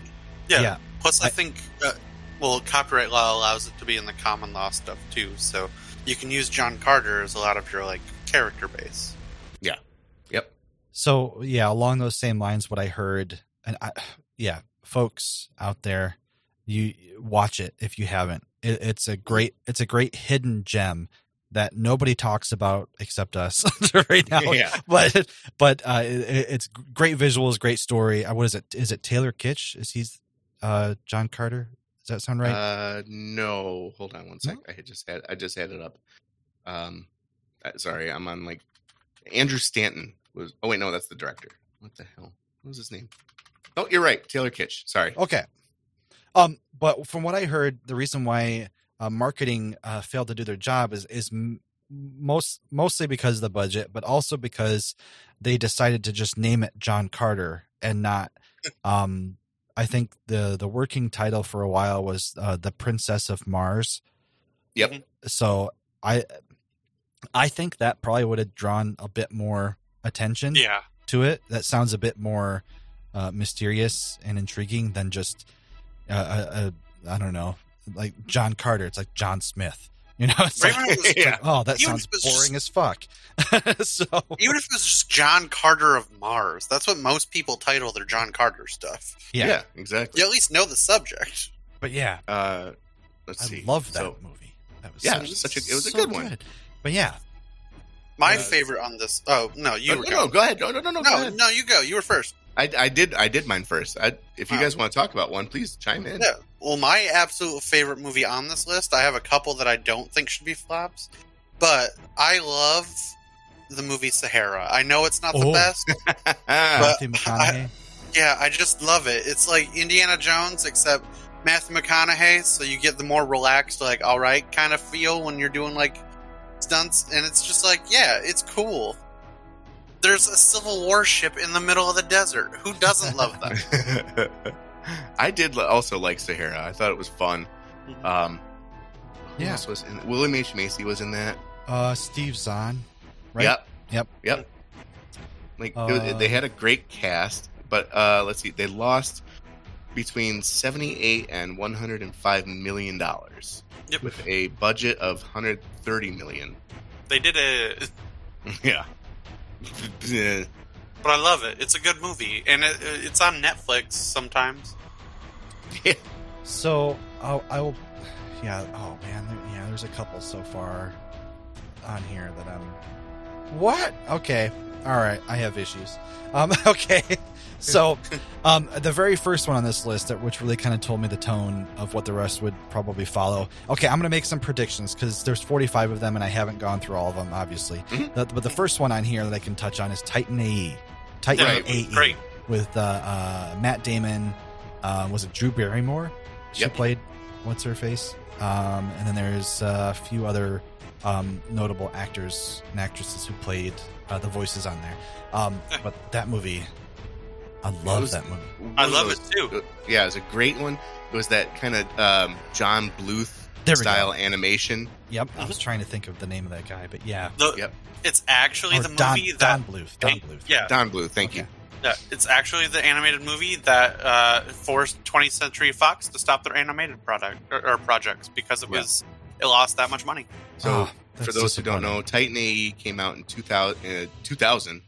Speaker 9: Yeah.
Speaker 7: Yeah.
Speaker 9: Plus, I,
Speaker 7: I-
Speaker 9: think uh, well, copyright law allows it to be in the common law stuff too, so you can use John Carter as a lot of your like character base.
Speaker 7: So yeah, along those same lines, what I heard, and I, yeah, folks out there, you watch it if you haven't. It, it's a great, it's a great hidden gem that nobody talks about except us right now.
Speaker 6: Yeah.
Speaker 7: But but uh, it, it's great visuals, great story. Uh, What is it? Is it Taylor Kitsch? Is he's uh, John Carter? Does that sound right?
Speaker 6: Uh, no, hold on one sec. I had just had I just had it up. Um, uh, sorry, I'm on like Andrew Stanton was. Oh wait, no, that's the director. What the hell? What was his name? Oh, you're right, Taylor Kitsch. Sorry.
Speaker 7: Okay. Um, but from what I heard, the reason why uh, marketing uh, failed to do their job is is m- most mostly because of the budget, but also because they decided to just name it John Carter and not. Um, I think the the working title for a while was uh, the Princess of Mars.
Speaker 6: Yep.
Speaker 7: So I I think that probably would have drawn a bit more attention
Speaker 9: Yeah.
Speaker 7: to it that sounds a bit more uh, mysterious and intriguing than just uh, a, a, I don't know, like John Carter. It's like John Smith. You know, it's like,
Speaker 9: Raymond was-
Speaker 6: yeah.
Speaker 7: oh, that
Speaker 9: Even
Speaker 7: sounds
Speaker 9: if it's
Speaker 7: boring as fuck. so
Speaker 9: Even if it was just John Carter of Mars, that's what most people title their John Carter stuff.
Speaker 7: yeah.
Speaker 6: Yeah. Exactly.
Speaker 9: You at least know the subject.
Speaker 7: but yeah,
Speaker 6: Uh, let's
Speaker 7: I
Speaker 6: see.
Speaker 7: love that
Speaker 6: So,
Speaker 7: movie. That was
Speaker 6: Yeah,
Speaker 7: so-
Speaker 6: it was such a- it was a
Speaker 7: so
Speaker 6: good one.
Speaker 7: But yeah,
Speaker 9: My
Speaker 6: Uh,
Speaker 9: favorite on this. Oh no, you
Speaker 6: oh,
Speaker 9: were
Speaker 6: no, no,
Speaker 9: going.
Speaker 6: go ahead. No, no, no, no. go
Speaker 9: No,
Speaker 6: ahead.
Speaker 9: no, you go. You were first.
Speaker 6: I, I did. I did mine first. I, if you
Speaker 9: Wow.
Speaker 6: guys want to talk about one, please chime in.
Speaker 9: Yeah. Well, my absolute favorite movie on this list, I have a couple that I don't think should be flops, but I love the movie Sahara. I know it's not the
Speaker 7: Oh.
Speaker 9: best.
Speaker 6: Ah,
Speaker 7: Matthew
Speaker 9: But
Speaker 7: McConaughey.
Speaker 9: Yeah, I just love it. It's like Indiana Jones, except Matthew McConaughey, so you get the more relaxed, like, all right kind of feel when you're doing like stunts. And it's just like, yeah, it's cool. There's a Civil War ship in the middle of the desert. Who doesn't love that?
Speaker 6: I did li- also like Sahara. I thought it was fun.
Speaker 9: Mm-hmm.
Speaker 6: Um, who
Speaker 7: Yeah.
Speaker 6: else was in William H Macy was in that.
Speaker 7: uh, Steve Zahn, right?
Speaker 6: Yep.
Speaker 7: Yep.
Speaker 6: Yep. Like it was-
Speaker 7: Uh,
Speaker 6: they had a great cast, but uh, let's see, they lost between seventy-eight and one hundred and five million dollars
Speaker 9: Yep.
Speaker 6: with a budget of hundred thirty million.
Speaker 9: They did it,
Speaker 6: yeah. Yeah.
Speaker 9: but I love it. It's a good movie, and it, it's on Netflix sometimes.
Speaker 7: So I'll, I will. Yeah. Oh man. There, yeah. There's a couple so far on here that I'm. What? Okay. All right. I have issues. Um. Okay. So, um, the very first one on this list, that which really kind of told me the tone of what the rest would probably follow. Okay, I'm going to make some predictions because there's 45 of them, and I haven't gone through all of them, obviously.
Speaker 6: Mhm.
Speaker 7: The- but the first one on here that I can touch on is Titan AE. Titan E.
Speaker 9: Yeah, it was
Speaker 7: AE
Speaker 9: great.
Speaker 7: with uh, uh, Matt Damon. Uh, was it Drew Barrymore? She
Speaker 6: Yep.
Speaker 7: played what's her face, um, and then there's uh, a few other um, notable actors and actresses who played uh, the voices on there. Um,
Speaker 9: Yeah.
Speaker 7: but that movie, I love
Speaker 6: Eh. was-
Speaker 7: that movie.
Speaker 9: I love it too.
Speaker 6: Yeah, it was a great one. It was that kind of um, John Bluth
Speaker 7: There we
Speaker 6: style Mm-hmm.
Speaker 7: go.
Speaker 6: animation.
Speaker 7: Yep, I was trying to think of the name of that guy, but yeah,
Speaker 9: The,
Speaker 6: Yep.
Speaker 9: It's actually
Speaker 7: Or
Speaker 9: the
Speaker 7: Don,
Speaker 9: movie that
Speaker 7: Don Bluth. Don Bluth.
Speaker 9: yeah,
Speaker 6: Don Bluth, thank
Speaker 7: Okay.
Speaker 6: you.
Speaker 9: Yeah, it's actually the animated movie that uh, forced 20th Century Fox to stop their animated product or, or projects because it
Speaker 6: Yeah.
Speaker 9: was it lost that much money.
Speaker 6: So
Speaker 7: Ah,
Speaker 6: for
Speaker 7: that's
Speaker 6: those who don't
Speaker 7: disappointing.
Speaker 6: know, Titan AE came out in 2000. Uh, 2000.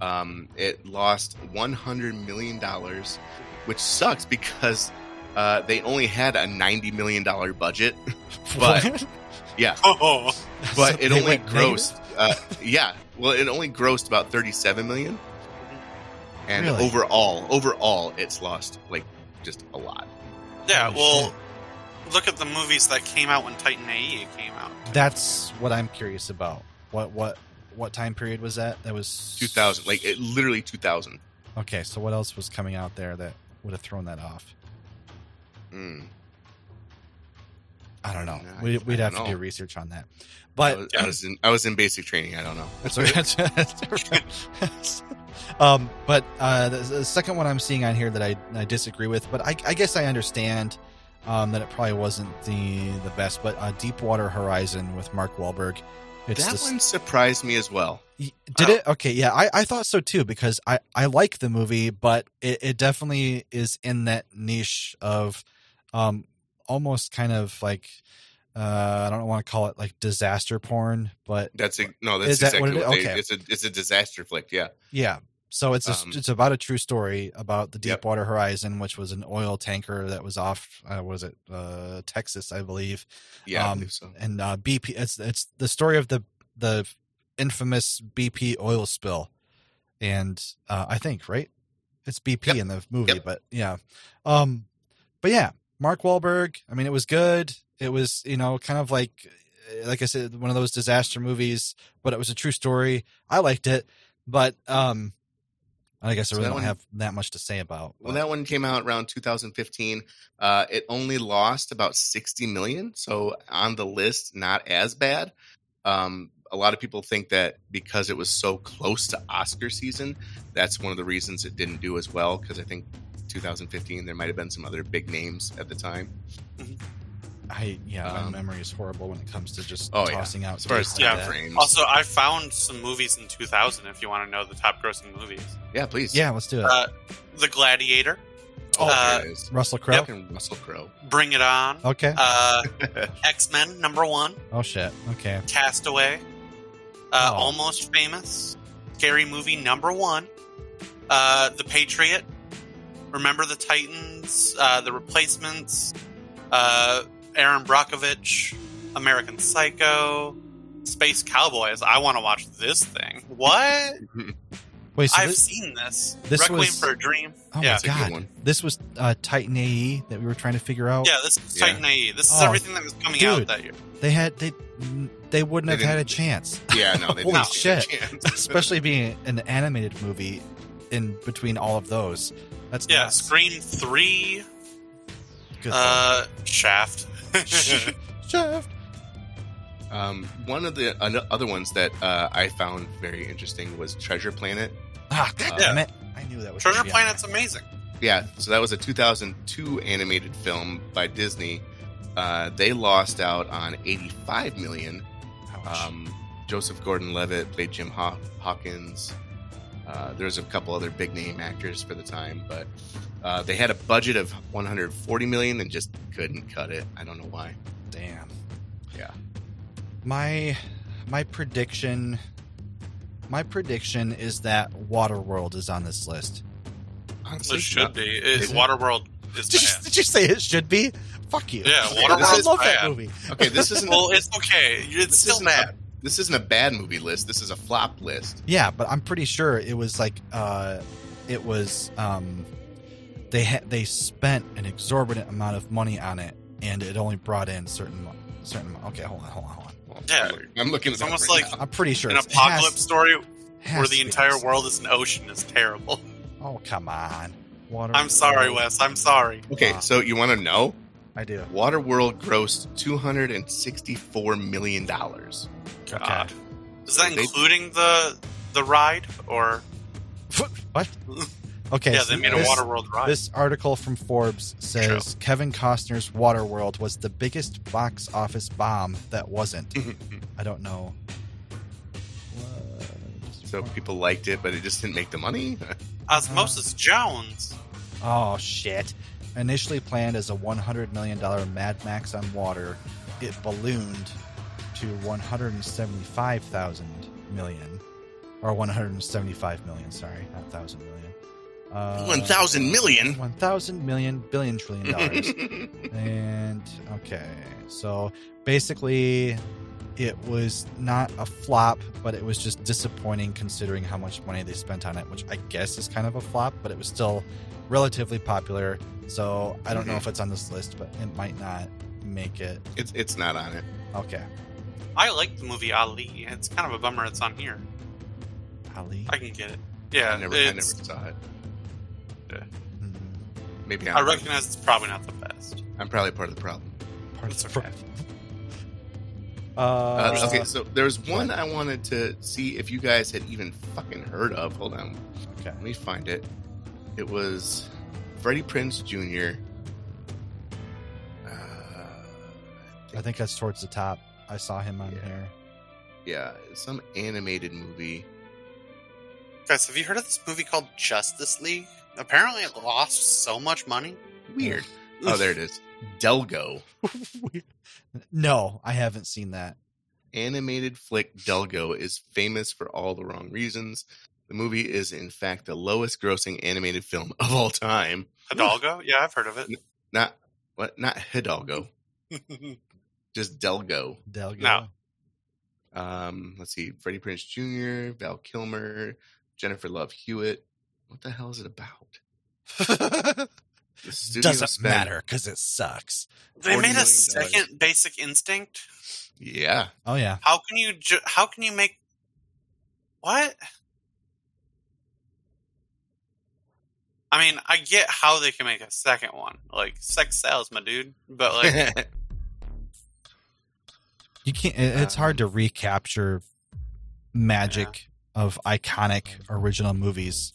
Speaker 6: Um, it lost 100 million dollars, which sucks because uh, they only had a 90 million dollar budget. but-
Speaker 7: What?
Speaker 6: Yeah,
Speaker 9: Oh,
Speaker 6: but
Speaker 7: So they
Speaker 6: it only
Speaker 7: went
Speaker 6: grossed. Uh, yeah, well, it only grossed about 37 million, and
Speaker 7: Really?
Speaker 6: overall, overall, it's lost like just a lot.
Speaker 9: yeah.
Speaker 7: Holy
Speaker 9: Well, look at the movies that came out when Titan AE came out.
Speaker 7: negative? That's what I'm curious about. What what what time period was that? That was
Speaker 6: 2000, like it literally 2000.
Speaker 7: Okay, so what else was coming out there that would have thrown that off?
Speaker 6: Mm.
Speaker 7: I don't know.
Speaker 6: No, I-
Speaker 7: We, we'd
Speaker 6: I
Speaker 7: have
Speaker 6: don't
Speaker 7: to do
Speaker 6: know.
Speaker 7: research on that.
Speaker 6: I,
Speaker 7: But
Speaker 6: was, I was in I was in basic training. I don't know.
Speaker 7: That's all right. um, but uh, the, the second one I'm seeing on here that I, I disagree with, but I, I guess I understand um, that it probably wasn't the the best. But uh, Deepwater Horizon with Mark Wahlberg, it's
Speaker 6: that
Speaker 7: just,
Speaker 6: one surprised me as well.
Speaker 7: Y- Did it? Okay, yeah, I, I thought so too because I, I like the movie, but it, it definitely is in that niche of um almost kind of like uh, I don't want to call it like disaster porn, but
Speaker 6: That's a, no,
Speaker 7: Is
Speaker 6: that's
Speaker 7: that
Speaker 6: exactly
Speaker 7: what it
Speaker 6: what,
Speaker 7: is?
Speaker 6: they,
Speaker 7: Okay.
Speaker 6: it's a it's a disaster flick. Yeah,
Speaker 7: Yeah, So it's a,
Speaker 6: Um,
Speaker 7: it's about a true story about the
Speaker 6: Yep.
Speaker 7: Deepwater Horizon, which was an oil tanker that was off. Uh, was it uh, Texas, I believe?
Speaker 6: Yeah, I
Speaker 7: Um,
Speaker 6: believe so.
Speaker 7: And uh, BP. It's it's the story of the the infamous BP oil spill, and uh, I think right, it's BP
Speaker 6: Yep.
Speaker 7: in the movie,
Speaker 6: Yep.
Speaker 7: but yeah, um, but yeah, Mark Wahlberg. I mean, it was good. It was you know kind of like eh, like I said, one of those disaster movies, but it was a true story. I liked it, but um, I guess I
Speaker 6: So
Speaker 7: really
Speaker 6: that
Speaker 7: don't
Speaker 6: one-
Speaker 7: have that much to say about. but-
Speaker 6: Well, that one came out around 2015. Uh, it only lost about 60 million, so on the list, not as bad. Um, a lot of people think that because it was so close to Oscar season, that's one of the reasons it didn't do as well. Because I think 2015, there might have been some other big names at the time.
Speaker 7: I yeah, my
Speaker 6: um,
Speaker 7: memory is horrible when it comes to just
Speaker 6: Oh, yeah.
Speaker 7: tossing out
Speaker 6: As far as
Speaker 7: dates
Speaker 6: time
Speaker 7: like that.
Speaker 6: frames,
Speaker 9: Also, I found some movies in 2000 if you want to know the top grossing movies.
Speaker 6: yeah, please,
Speaker 7: Yeah, let's do it.
Speaker 9: Uh, The Gladiator,
Speaker 6: Oh,
Speaker 9: uh,
Speaker 6: there it is.
Speaker 7: Russell Crowe.
Speaker 6: Fucking Russell Crowe.
Speaker 9: Bring It On,
Speaker 7: Okay.
Speaker 9: uh, X Men number one,
Speaker 7: oh shit. Okay.
Speaker 9: Castaway, uh,
Speaker 7: Oh.
Speaker 9: Almost Famous, Scary Movie number one, uh, The Patriot, Remember the Titans, uh, The Replacements, uh, Aaron Brockovich, American Psycho, Space Cowboys. I want to watch this thing. What?
Speaker 7: Wait. So
Speaker 9: I've
Speaker 7: this,
Speaker 9: seen this.
Speaker 7: this
Speaker 9: Requiem
Speaker 7: was-
Speaker 9: for a Dream.
Speaker 7: oh
Speaker 9: yeah.
Speaker 6: It's a
Speaker 7: my
Speaker 6: good
Speaker 7: god.
Speaker 6: one.
Speaker 7: This was uh, Titan AE that we were trying to figure out.
Speaker 9: Yeah, this is
Speaker 6: Yeah.
Speaker 9: Titan AE. This is
Speaker 7: Oh,
Speaker 9: everything that was coming
Speaker 7: dude.
Speaker 9: out that year.
Speaker 7: They had they they wouldn't
Speaker 6: They
Speaker 7: have had a
Speaker 6: didn't-
Speaker 7: chance,
Speaker 6: Yeah, no, they
Speaker 7: Holy
Speaker 6: didn't stand a
Speaker 7: shit.
Speaker 6: chance.
Speaker 7: especially being an animated movie in between all of those. That's
Speaker 9: Yeah,
Speaker 7: nuts.
Speaker 9: Scream 3,
Speaker 7: Good
Speaker 9: uh, Shaft.
Speaker 7: lord. Shaft.
Speaker 6: Um, one of the an- other ones that uh, I found very interesting was Treasure Planet.
Speaker 7: Ah, god
Speaker 6: Uh,
Speaker 7: damn it! I knew that was
Speaker 9: Treasure
Speaker 7: gonna be on
Speaker 9: Planet's amazing.
Speaker 6: Yeah, so that was a 2002 animated film by Disney. Uh, they lost out on 85 million.
Speaker 7: there. Ouch.
Speaker 6: Um, Joseph Gordon-Levitt played Jim Haw- Hawkins. Uh, there's a couple other big name actors for the time, but uh, they had a budget of 140 million and just couldn't cut it. I don't know why.
Speaker 7: Damn.
Speaker 6: Yeah.
Speaker 7: My my prediction my prediction is that Waterworld is on this list.
Speaker 6: Honestly, uh,
Speaker 9: It should be. It,
Speaker 6: Is it?
Speaker 9: Waterworld is
Speaker 7: Did you,
Speaker 9: bad.
Speaker 7: did you say it should be? Fuck you.
Speaker 9: Yeah,
Speaker 7: I
Speaker 9: Waterworld is
Speaker 7: love
Speaker 9: bad.
Speaker 7: that movie.
Speaker 6: Okay, this isn't.
Speaker 9: Well, it's okay. It's
Speaker 6: this
Speaker 9: still
Speaker 6: isn't
Speaker 9: bad.
Speaker 6: A, this isn't a bad movie list. This is a flop list.
Speaker 7: Yeah, but I'm pretty sure it was like uh it was um they had they spent an exorbitant amount of money on it and it only brought in certain mo- certain mo- Okay, hold on, hold on, hold on.
Speaker 6: Well,
Speaker 9: Yeah.
Speaker 6: I'm looking- I'm looking.
Speaker 9: It's
Speaker 6: at
Speaker 9: almost like-
Speaker 7: I'm pretty sure
Speaker 9: An
Speaker 7: it's- it has-
Speaker 9: apocalypse story
Speaker 7: has
Speaker 9: where
Speaker 7: to
Speaker 9: the
Speaker 7: be on
Speaker 9: entire
Speaker 7: this.
Speaker 9: world is an ocean is terrible.
Speaker 7: Oh, come on. Water
Speaker 9: I'm sorry, Wes. I'm sorry.
Speaker 6: okay.
Speaker 7: Wow.
Speaker 6: So you want to know?
Speaker 7: I do.
Speaker 6: Waterworld grossed 264 million dollars.
Speaker 9: God. Is that
Speaker 6: They-
Speaker 9: including the the ride or
Speaker 7: what? Okay.
Speaker 9: yeah?
Speaker 7: so
Speaker 9: They made a
Speaker 7: this-
Speaker 9: Waterworld ride.
Speaker 7: This article from Forbes says
Speaker 9: True.
Speaker 7: Kevin Costner's Waterworld was the biggest box office bomb that wasn't. I don't know.
Speaker 6: So people liked it, but it just didn't make the money.
Speaker 9: Osmosis Jones.
Speaker 7: Oh shit! Initially planned as a 100 million dollar Mad Max on water, it ballooned to 175,000 million, or 175 million. Sorry, not thousand million. Uh,
Speaker 6: 1,000 million?
Speaker 7: 1,000 million billion trillion dollars. And okay, so basically, it was not a flop, but it was just disappointing considering how much money they spent on it, which I guess is kind of a flop, but it was still relatively popular. So I don't know
Speaker 6: Mhm.
Speaker 7: if it's on this list, but it might not make it.
Speaker 6: it's it's not on it.
Speaker 7: Okay,
Speaker 9: I like the movie Ali. It's kind of a bummer it's on here.
Speaker 7: Ali.
Speaker 9: I can get it. Yeah,
Speaker 6: I never, I
Speaker 9: it's,
Speaker 6: never saw it.
Speaker 7: Mm,
Speaker 6: Maybe I'm,
Speaker 9: I recognize it's probably not the best.
Speaker 6: I'm probably part of the problem.
Speaker 7: part
Speaker 9: It's
Speaker 7: of the
Speaker 9: okay.
Speaker 7: Uh,
Speaker 6: Uh, okay, so there's one I wanted to see if you guys had even fucking heard of. Hold on,
Speaker 7: okay.
Speaker 6: let me find it. It was Freddie Prince Jr. Uh,
Speaker 7: I think that's towards the top. I saw him on
Speaker 6: Yeah.
Speaker 7: here.
Speaker 6: yeah, some animated movie.
Speaker 9: Guys, have you heard of this movie called Justice League? Apparently, it lost so much money.
Speaker 6: Weird. Oh, there it is. Delgo.
Speaker 7: No, I haven't seen that.
Speaker 6: Animated flick Delgo is famous for all the wrong reasons. The movie is, in fact, the lowest grossing animated film of all time.
Speaker 9: Hidalgo? Yeah, I've heard of it.
Speaker 6: Not what? Not Hidalgo. Just Delgo.
Speaker 7: Delgo.
Speaker 9: No.
Speaker 6: Um, let's see, Freddie Prince Jr., Val Kilmer, Jennifer Love Hewitt. What the hell is it about? The studio
Speaker 7: Doesn't
Speaker 6: spent-
Speaker 7: matter because it sucks.
Speaker 9: They made a
Speaker 6: $40 million.
Speaker 9: second Basic Instinct.
Speaker 6: Yeah,
Speaker 7: Oh yeah.
Speaker 9: How can you? Ju- how can you make? What? I mean, I get how they can make a second one, like sex sells, my dude. But like,
Speaker 7: You can't. it- It's hard to recapture magic of iconic original movies.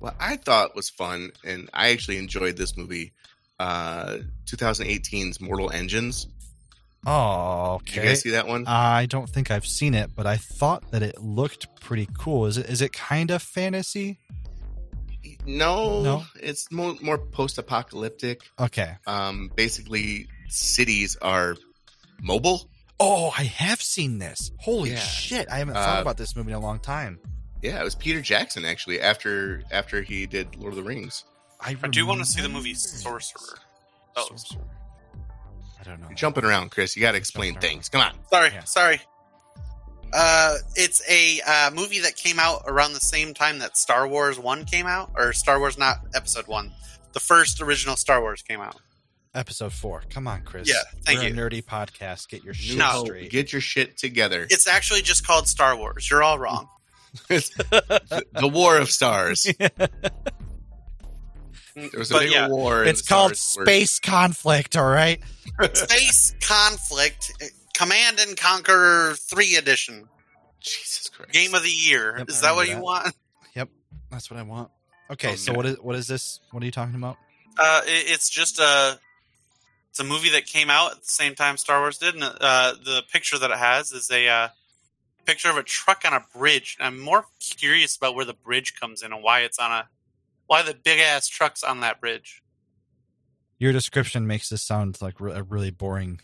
Speaker 6: what I thought was fun, and I actually enjoyed this movie. Uh, 2018's Mortal Engines.
Speaker 7: Oh,
Speaker 6: Did
Speaker 7: okay.
Speaker 6: you guys see that one?
Speaker 7: I don't think I've seen it, but I thought that it looked pretty cool. Is it? Is it kind of fantasy?
Speaker 6: no,
Speaker 7: No.
Speaker 6: it's more, more post-apocalyptic.
Speaker 7: Okay.
Speaker 6: Um, basically, cities are mobile.
Speaker 7: Oh, I have seen this. Holy
Speaker 6: Yeah.
Speaker 7: shit! I haven't
Speaker 6: Uh,
Speaker 7: thought about this movie in a long time.
Speaker 6: Yeah, it was Peter Jackson actually after after he did Lord of the Rings.
Speaker 7: I,
Speaker 9: I do want to see the
Speaker 7: remember
Speaker 9: movie
Speaker 7: this.
Speaker 9: Sorcerer. Oh,
Speaker 7: Sorcerer. I don't know.
Speaker 6: You're jumping around, Chris. You got to explain
Speaker 7: Jumping around.
Speaker 6: things. Come on.
Speaker 9: sorry,
Speaker 7: Yeah.
Speaker 9: sorry. Uh, it's a uh, movie that came out around the same time that Star Wars One came out, or Star Wars not Episode One, the first original Star Wars came out.
Speaker 7: Episode four. Come on, Chris.
Speaker 9: Yeah, thank
Speaker 7: We're
Speaker 9: you.
Speaker 7: A nerdy podcast. Get your shit
Speaker 9: No.
Speaker 7: Oh. straight.
Speaker 6: Get your shit together.
Speaker 9: It's actually just called Star Wars. You're all wrong.
Speaker 6: the War of Stars. there was a
Speaker 9: But
Speaker 6: big
Speaker 9: yeah.
Speaker 6: war. and
Speaker 7: it's
Speaker 6: the
Speaker 7: called
Speaker 6: stars were-
Speaker 7: space conflict. All right.
Speaker 9: Space Conflict Command and Conquer 3 Edition
Speaker 6: Jesus Christ.
Speaker 9: Game of the Year.
Speaker 7: Yep,
Speaker 9: is
Speaker 7: I
Speaker 9: that what you
Speaker 7: remember
Speaker 9: want?
Speaker 7: That's what I want. Okay,
Speaker 6: Oh,
Speaker 7: so
Speaker 6: no.
Speaker 7: what is what is this? What are you talking about?
Speaker 9: Uh, it, it's just a it's a movie that came out at the same time Star Wars did. And, uh, the picture that it has is a uh, picture of a truck on a bridge. And I'm more curious about where the bridge comes in and why it's on a why the big ass truck's on that bridge.
Speaker 7: Your description makes this sound like re- a really boring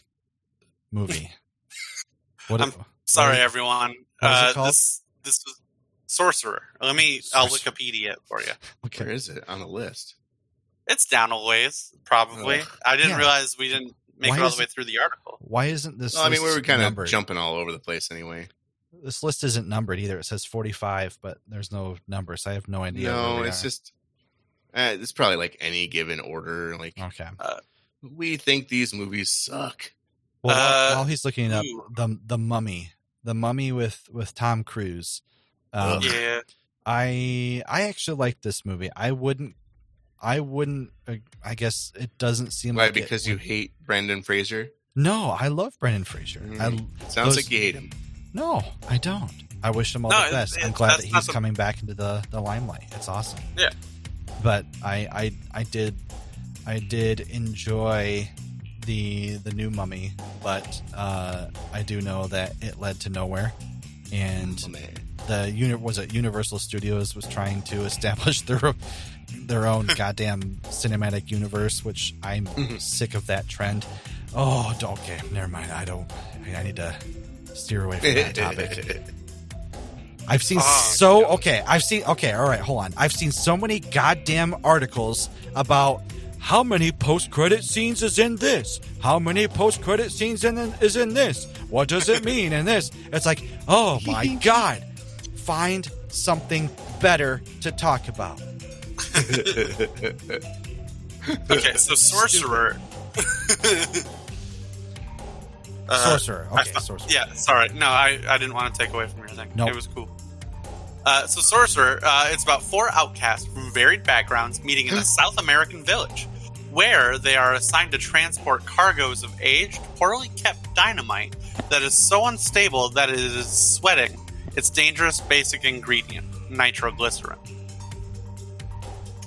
Speaker 7: movie. what?
Speaker 9: I'm Sorry,
Speaker 7: Right.
Speaker 9: everyone.
Speaker 7: What is it
Speaker 9: Uh,
Speaker 7: called?
Speaker 9: this this was Sorcerer. Let me. I'll Wikipedia it for you.
Speaker 6: Where
Speaker 7: okay.
Speaker 6: is it on the list?
Speaker 9: It's down a ways, probably. I didn't
Speaker 7: Yeah.
Speaker 9: realize we didn't make
Speaker 7: Why
Speaker 9: it all
Speaker 7: is
Speaker 9: the way
Speaker 7: it-
Speaker 9: through the article.
Speaker 7: Why isn't this?
Speaker 6: Well, I mean, we
Speaker 7: list
Speaker 6: were kind of
Speaker 7: numbered?
Speaker 6: jumping all over the place anyway.
Speaker 7: This list isn't numbered either. It says forty-five, but there's no numbers. I have no idea.
Speaker 6: no,
Speaker 7: where they
Speaker 6: it's
Speaker 7: are.
Speaker 6: just uh, it's probably like any given order. Like
Speaker 7: okay.
Speaker 6: we think these movies suck.
Speaker 7: Well, while-
Speaker 9: Uh,
Speaker 7: while he's looking it up,
Speaker 9: ooh.
Speaker 7: the the Mummy, the Mummy with with Tom Cruise. Um,
Speaker 6: Ugh.
Speaker 9: Yeah,
Speaker 7: I I actually like this movie. I wouldn't. I wouldn't. uh, I guess it doesn't seem
Speaker 6: Why?
Speaker 7: like it
Speaker 6: Because you
Speaker 7: would-
Speaker 6: hate Brendan Fraser.
Speaker 7: No, I love Brendan Fraser. I
Speaker 9: Mm-hmm.
Speaker 6: Mm. Sounds
Speaker 7: those-
Speaker 6: like you hate him.
Speaker 7: no, I don't. I wish him all
Speaker 9: No,
Speaker 7: the
Speaker 9: it-
Speaker 7: best.
Speaker 9: it-
Speaker 7: I'm glad
Speaker 9: that's
Speaker 7: that
Speaker 9: not
Speaker 7: he's
Speaker 9: the-
Speaker 7: coming back into the the limelight. It's awesome.
Speaker 9: Yeah.
Speaker 7: But I I I did I did enjoy the the new Mummy, but uh, I do know that it led to nowhere. And
Speaker 6: Oh, man.
Speaker 7: the uni- was it Universal Studios was trying to establish their their own goddamn cinematic universe, which I'm sick of that trend. Oh, d- okay, never mind. I don't. I need to steer away from that topic. I've seen
Speaker 9: Oh,
Speaker 7: so okay. I've seen okay. All right, hold on. I've seen so many goddamn articles about how many post-credit scenes is in this. How many post-credit scenes in is in this? What does it mean in this? It's like, oh my god, find something better to talk about.
Speaker 9: Okay, so sorcerer. uh,
Speaker 7: sorcerer.
Speaker 9: I
Speaker 7: Okay,
Speaker 9: thought-
Speaker 7: sorcerer.
Speaker 9: yeah, sorry. No, I, I didn't want to take away from your thing.
Speaker 7: Nope.
Speaker 9: It was cool. Uh, so sorcerer, uh, it's about four outcasts from varied backgrounds meeting
Speaker 7: Hmm.
Speaker 9: in a South American village, where they are assigned to transport cargoes of aged, poorly kept dynamite that is so unstable that it is sweating. Its dangerous basic ingredient, nitroglycerin.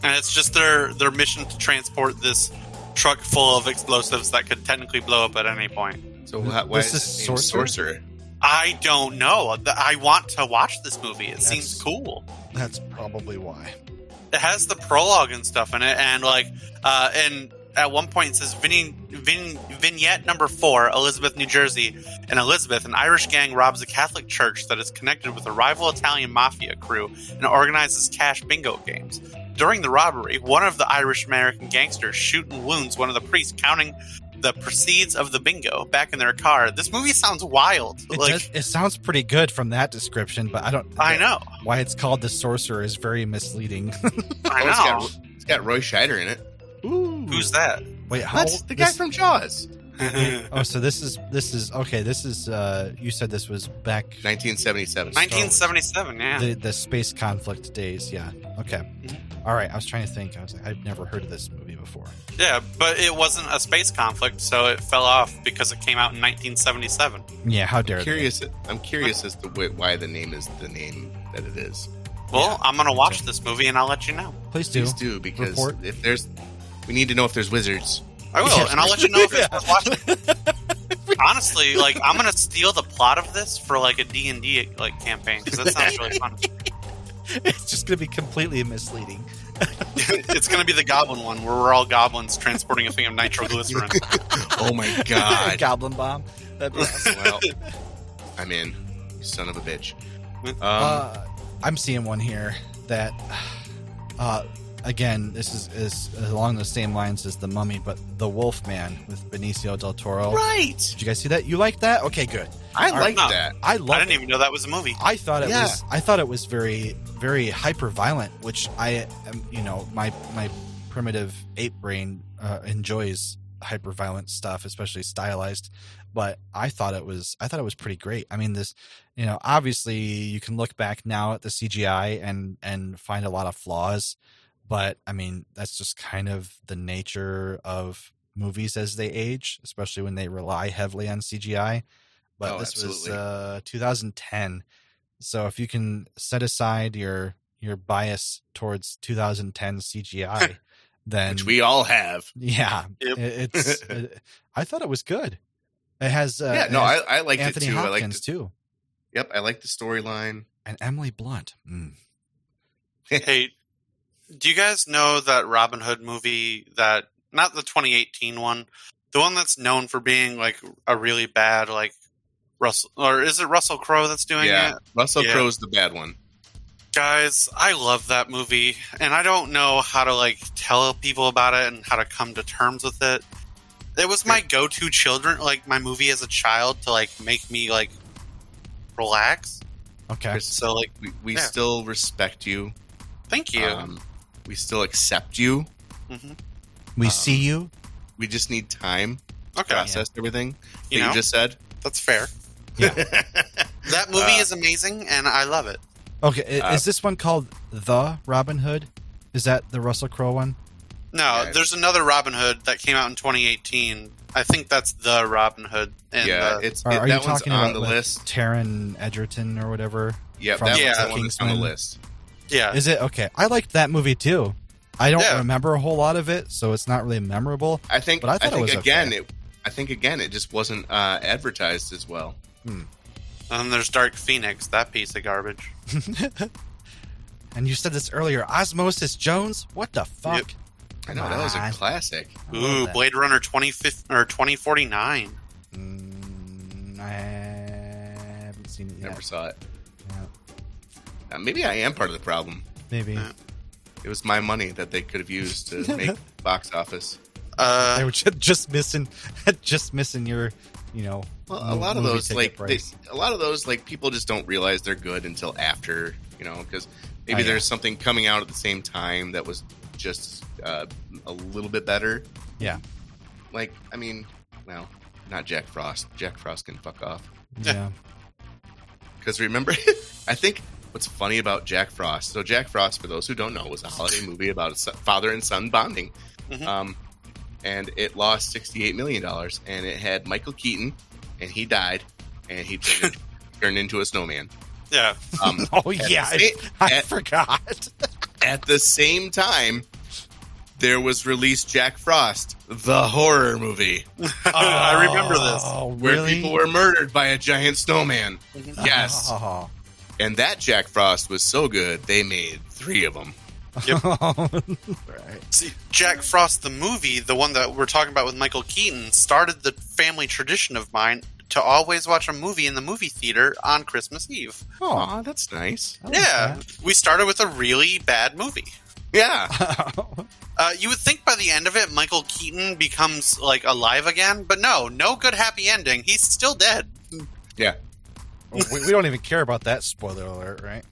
Speaker 9: And it's just their their mission to transport this truck full of explosives that could technically blow up at any point.
Speaker 6: So why, why
Speaker 7: This
Speaker 6: is
Speaker 7: is
Speaker 6: his name
Speaker 7: Sorcerer?
Speaker 6: sorcerer?
Speaker 9: I don't know. Th- I want to watch this movie. It
Speaker 7: That's-
Speaker 9: seems cool.
Speaker 7: That's probably why.
Speaker 9: It has the prologue and stuff in it, and like, uh, and at one point it says Vin- Vin- vignette number four, Elizabeth, New Jersey. In Elizabeth, an Irish gang robs a Catholic church that is connected with a rival Italian mafia crew and organizes cash bingo games. During the robbery, one of the Irish American gangsters shoots and wounds one of the priests, counting the proceeds of the bingo back in their car. This movie sounds wild.
Speaker 7: It,
Speaker 9: like
Speaker 7: does, it sounds pretty good from that description, but I don't.
Speaker 9: I know,
Speaker 7: why it's called the sorcerer is very misleading.
Speaker 9: I
Speaker 6: Oh,
Speaker 9: know.
Speaker 6: it's got, it's got Roy Scheider in it.
Speaker 9: Who's that?
Speaker 7: Wait, how
Speaker 6: That's
Speaker 7: old-
Speaker 6: the guy
Speaker 7: this-
Speaker 6: from Jaws.
Speaker 7: Oh, so this is this is okay. This is uh, you said this was back
Speaker 6: 1977.
Speaker 9: 1977. Yeah.
Speaker 7: the the space conflict days. Yeah. Okay.
Speaker 6: Mm-hmm.
Speaker 7: All right. I was trying to think. I was like, I've never heard of this movie before.
Speaker 9: Yeah, but it wasn't a space conflict, so it fell off because it came out in 1977.
Speaker 7: Yeah. How dare
Speaker 6: I'm
Speaker 7: they?
Speaker 6: curious. I'm curious as to wh- why the name is the name that it is.
Speaker 9: Well, I'm gonna watch this movie and I'll let you know.
Speaker 7: Please do.
Speaker 6: Please do because
Speaker 7: Report.
Speaker 6: if there's, we need to know if there's wizards.
Speaker 9: I will,
Speaker 7: Yeah.
Speaker 9: and I'll let you know if it's worth watching. Honestly, like I'm gonna steal the plot of this for like a D and D like campaign because that sounds really fun.
Speaker 7: It's just gonna be completely misleading.
Speaker 9: it's gonna be the goblin one where we're all goblins transporting a thing of nitroglycerin.
Speaker 6: Oh my god!
Speaker 7: Goblin bomb. That'd be awesome.
Speaker 6: well, I'm in. You son of a bitch. Um,
Speaker 7: uh, I'm seeing one here that, uh, again, this is, is along the same lines as the Mummy, but the Wolfman with Benicio del Toro.
Speaker 6: right.
Speaker 7: Did you guys see that? You like that? Okay, good.
Speaker 6: I
Speaker 7: All
Speaker 6: like
Speaker 9: right.
Speaker 6: that.
Speaker 7: I love.
Speaker 9: I didn't
Speaker 7: it.
Speaker 9: even know that was a movie.
Speaker 7: I thought it
Speaker 6: Yeah.
Speaker 7: was. I thought it was very, very hyper violent, which I, am, you know, my my primitive ape brain uh, enjoys hyper violent stuff, especially stylized. But I thought it was. I thought it was pretty great. I mean, this, you know, obviously you can look back now at the CGI and and find a lot of flaws, but I mean that's just kind of the nature of movies as they age, especially when they rely heavily on CGI. But
Speaker 6: Oh,
Speaker 7: this
Speaker 6: absolutely.
Speaker 7: was uh, 2010, so if you can set aside your your bias towards 2010 CGI, then
Speaker 6: Which we all have.
Speaker 7: yeah,
Speaker 9: Yep.
Speaker 7: it- it's. it- I thought it was good. It has uh,
Speaker 6: yeah.
Speaker 7: it
Speaker 6: No, I,
Speaker 7: has
Speaker 6: I liked
Speaker 7: Anthony
Speaker 6: it too. I
Speaker 7: Hopkins
Speaker 6: liked. It.
Speaker 7: too,
Speaker 6: Yep. I liked the storyline.
Speaker 7: and Emily Blunt. Mm.
Speaker 9: Hey, do you guys know that Robin Hood movie that not the 2018 one, the one that's known for being like a really bad like Russell or is it Russell Crowe that's
Speaker 7: Oh,
Speaker 9: doing
Speaker 6: Yeah.
Speaker 9: it?
Speaker 6: Russell
Speaker 9: Yeah.
Speaker 6: Crowe's the bad one.
Speaker 9: Guys, I love that movie and I don't know how to like tell people about it and how to come to terms with it. It was my go-to children like my movie as a child to like make me like relax.
Speaker 7: Okay,
Speaker 9: So like
Speaker 6: We, we
Speaker 9: Yeah.
Speaker 6: still respect you.
Speaker 9: thank you.
Speaker 6: Um, we still accept you.
Speaker 9: hmm
Speaker 7: we
Speaker 6: um,
Speaker 7: see you.
Speaker 6: We just need time to
Speaker 9: Okay,
Speaker 6: process everything
Speaker 9: you
Speaker 6: that
Speaker 9: know,
Speaker 6: you just said.
Speaker 9: that's fair.
Speaker 7: Yeah.
Speaker 9: That movie
Speaker 6: Uh,
Speaker 9: is amazing, and I love it.
Speaker 7: Okay, i-
Speaker 6: Uh,
Speaker 7: is this one called the Robin Hood? Is that the Russell Crowe one?
Speaker 9: No,
Speaker 6: yeah.
Speaker 9: there's another Robin Hood that came out in 2018. I think that's the Robin Hood. And
Speaker 6: yeah,
Speaker 9: uh,
Speaker 6: it's
Speaker 7: Or
Speaker 6: it-
Speaker 7: are you
Speaker 6: that one's
Speaker 7: talking
Speaker 6: on
Speaker 7: about
Speaker 6: the
Speaker 7: with
Speaker 6: list.
Speaker 7: Taron Edgerton or whatever?
Speaker 6: Yeah, that
Speaker 7: from
Speaker 6: one's
Speaker 9: Yeah.
Speaker 6: the one that's on the
Speaker 7: Kingsman?
Speaker 6: list. Uh,
Speaker 9: yeah.
Speaker 7: Is it okay? I liked that movie too. I don't
Speaker 9: Yeah.
Speaker 7: remember a whole lot of it, so it's not really memorable.
Speaker 6: I think.
Speaker 7: But I
Speaker 6: I,
Speaker 7: thought it
Speaker 6: think
Speaker 7: was
Speaker 6: again,
Speaker 7: okay.
Speaker 6: it. I think again, it just wasn't uh, advertised as well.
Speaker 9: and then there's Dark Phoenix, that piece of garbage.
Speaker 7: And you said this earlier, Osmosis Jones. What the fuck?
Speaker 6: I know that was
Speaker 7: Come
Speaker 6: a
Speaker 7: on.
Speaker 6: classic.
Speaker 7: I love
Speaker 9: Ooh,
Speaker 7: that.
Speaker 9: Blade Runner 2050 or 2049.
Speaker 7: Mm, I haven't seen it yet.
Speaker 6: Never saw it.
Speaker 7: Yeah,
Speaker 6: Uh, maybe I am part of the problem.
Speaker 7: maybe
Speaker 6: It was my money that they could have used to make box office.
Speaker 9: Uh,
Speaker 7: they were ju- just, missing, just missing your, you know,
Speaker 6: Well, a
Speaker 7: mo-
Speaker 6: lot of
Speaker 7: movie
Speaker 6: those,
Speaker 7: ticket
Speaker 6: like they,
Speaker 7: price.
Speaker 6: a lot of those, like people just don't realize they're good until after, you know, because
Speaker 7: Oh,
Speaker 6: maybe
Speaker 7: yeah.
Speaker 6: there's something coming out at the same time that was just uh, a little bit better.
Speaker 7: Yeah.
Speaker 6: Like, I mean, well, not Jack Frost. Jack Frost can fuck off.
Speaker 7: yeah,
Speaker 6: Because remember, I think what's funny about Jack Frost. So Jack Frost, for those who don't know, was a holiday movie about a son- father and son bonding.
Speaker 7: Mm-hmm.
Speaker 9: Mhm.
Speaker 6: Um, and it lost sixty-eight million dollars, and it had Michael Keaton, and he died, and he turned, turned into a snowman.
Speaker 9: yeah.
Speaker 6: Um,
Speaker 7: oh
Speaker 6: at
Speaker 7: yeah,
Speaker 6: the
Speaker 7: I,
Speaker 6: sa-
Speaker 7: I
Speaker 6: at-
Speaker 7: forgot.
Speaker 6: at the same time, there was released Jack Frost, the horror movie,
Speaker 9: I remember this.
Speaker 7: Oh,
Speaker 6: where
Speaker 7: really?
Speaker 6: people were murdered by a giant snowman. Yes,
Speaker 7: Oh,
Speaker 6: and that Jack Frost was so good they made three of them.
Speaker 9: Yep.
Speaker 7: right.
Speaker 9: See, Jack Frost, the movie, the one that we're talking about with Michael Keaton, started the family tradition of mine to always watch a movie in the movie theater on Christmas Eve.
Speaker 7: Oh,
Speaker 6: Aw, that's nice.
Speaker 7: I like
Speaker 9: yeah, we started with a really bad movie.
Speaker 6: Yeah.
Speaker 7: that.
Speaker 9: Uh, you would think by the end of it, Michael Keaton becomes like alive again, but no, no good happy ending. He's still dead.
Speaker 6: Yeah.
Speaker 7: we, we don't even care about that spoiler alert, right?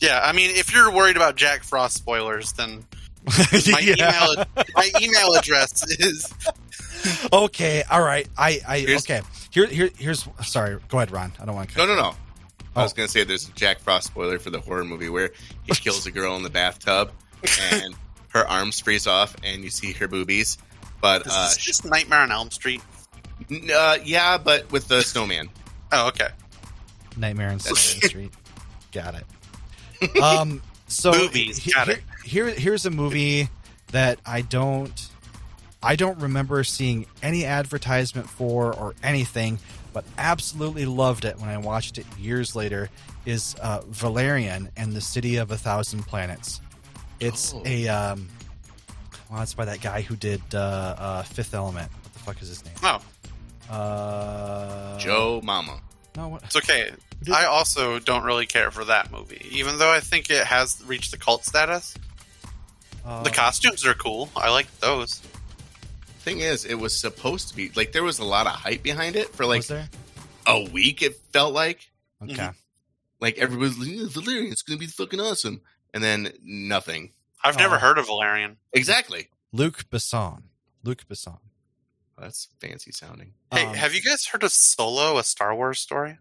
Speaker 9: Yeah, I mean, if you're worried about Jack Frost spoilers, then my email my email address is
Speaker 7: Okay, all right. I, I
Speaker 6: Here's-
Speaker 7: okay. Here, here, here's. Sorry, go ahead, Ron. I don't want to.
Speaker 6: No, no, no. I was going to say there's a Jack Frost spoiler for the horror movie where he kills a girl in the bathtub and her arms freeze off and you see her boobies. But
Speaker 9: this
Speaker 6: uh,
Speaker 9: is just Nightmare on Elm Street.
Speaker 6: n- uh, yeah, but with the snowman.
Speaker 9: Oh, okay.
Speaker 7: Nightmare on Elm Street. Got it. Um. So
Speaker 9: Movies, got it.
Speaker 7: Here, here's a movie that I don't, I don't remember seeing any advertisement for or anything, but absolutely loved it when I watched it years later. Is uh, Valerian and the City of a Thousand Planets? It's
Speaker 6: Oh.
Speaker 7: a um, well, it's by that guy who did uh, uh, Fifth Element. What the fuck is his name?
Speaker 9: Oh,
Speaker 7: Uh,
Speaker 6: Joe Mama.
Speaker 7: No, what?
Speaker 9: it's okay. I also don't really care for that movie, even though I think it has reached the cult status.
Speaker 7: uh,
Speaker 9: the costumes are cool. I like those.
Speaker 6: Thing is, it was supposed to be like there was a lot of hype behind it for like
Speaker 7: was there?
Speaker 6: a week. It felt like
Speaker 9: mm-hmm.
Speaker 7: Okay.
Speaker 6: like everybody's like, "Yeah, Valerian, it's going to be fucking awesome, and then nothing.
Speaker 9: I've never
Speaker 7: Oh.
Speaker 9: heard of Valerian.
Speaker 6: Exactly.
Speaker 7: Luke Besson. Luke Besson.
Speaker 6: That's fancy sounding.
Speaker 9: Hey,
Speaker 7: Um,
Speaker 9: have you guys heard of Solo, a Star Wars story?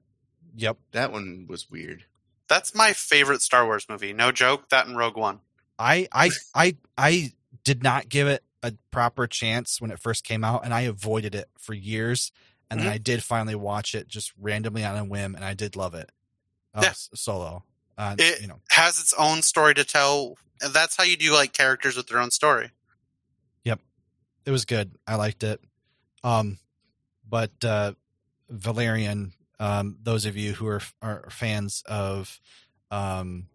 Speaker 7: Yep.
Speaker 6: That one was weird.
Speaker 9: That's my favorite Star Wars movie. No joke. That and Rogue One.
Speaker 7: I I I I did not give it a proper chance when it first came out, and I avoided it for years. And
Speaker 9: Mm-hmm.
Speaker 7: then I did finally watch it just randomly on a whim, and I did love it. Uh,
Speaker 9: Yeah.
Speaker 7: s- Solo. Uh,
Speaker 9: It-
Speaker 7: you know.
Speaker 9: Has its own story to tell. And that's how you do like characters with their own story.
Speaker 7: it was good. I liked it. Um, but uh, Valerian, um, those of you who are are fans of um,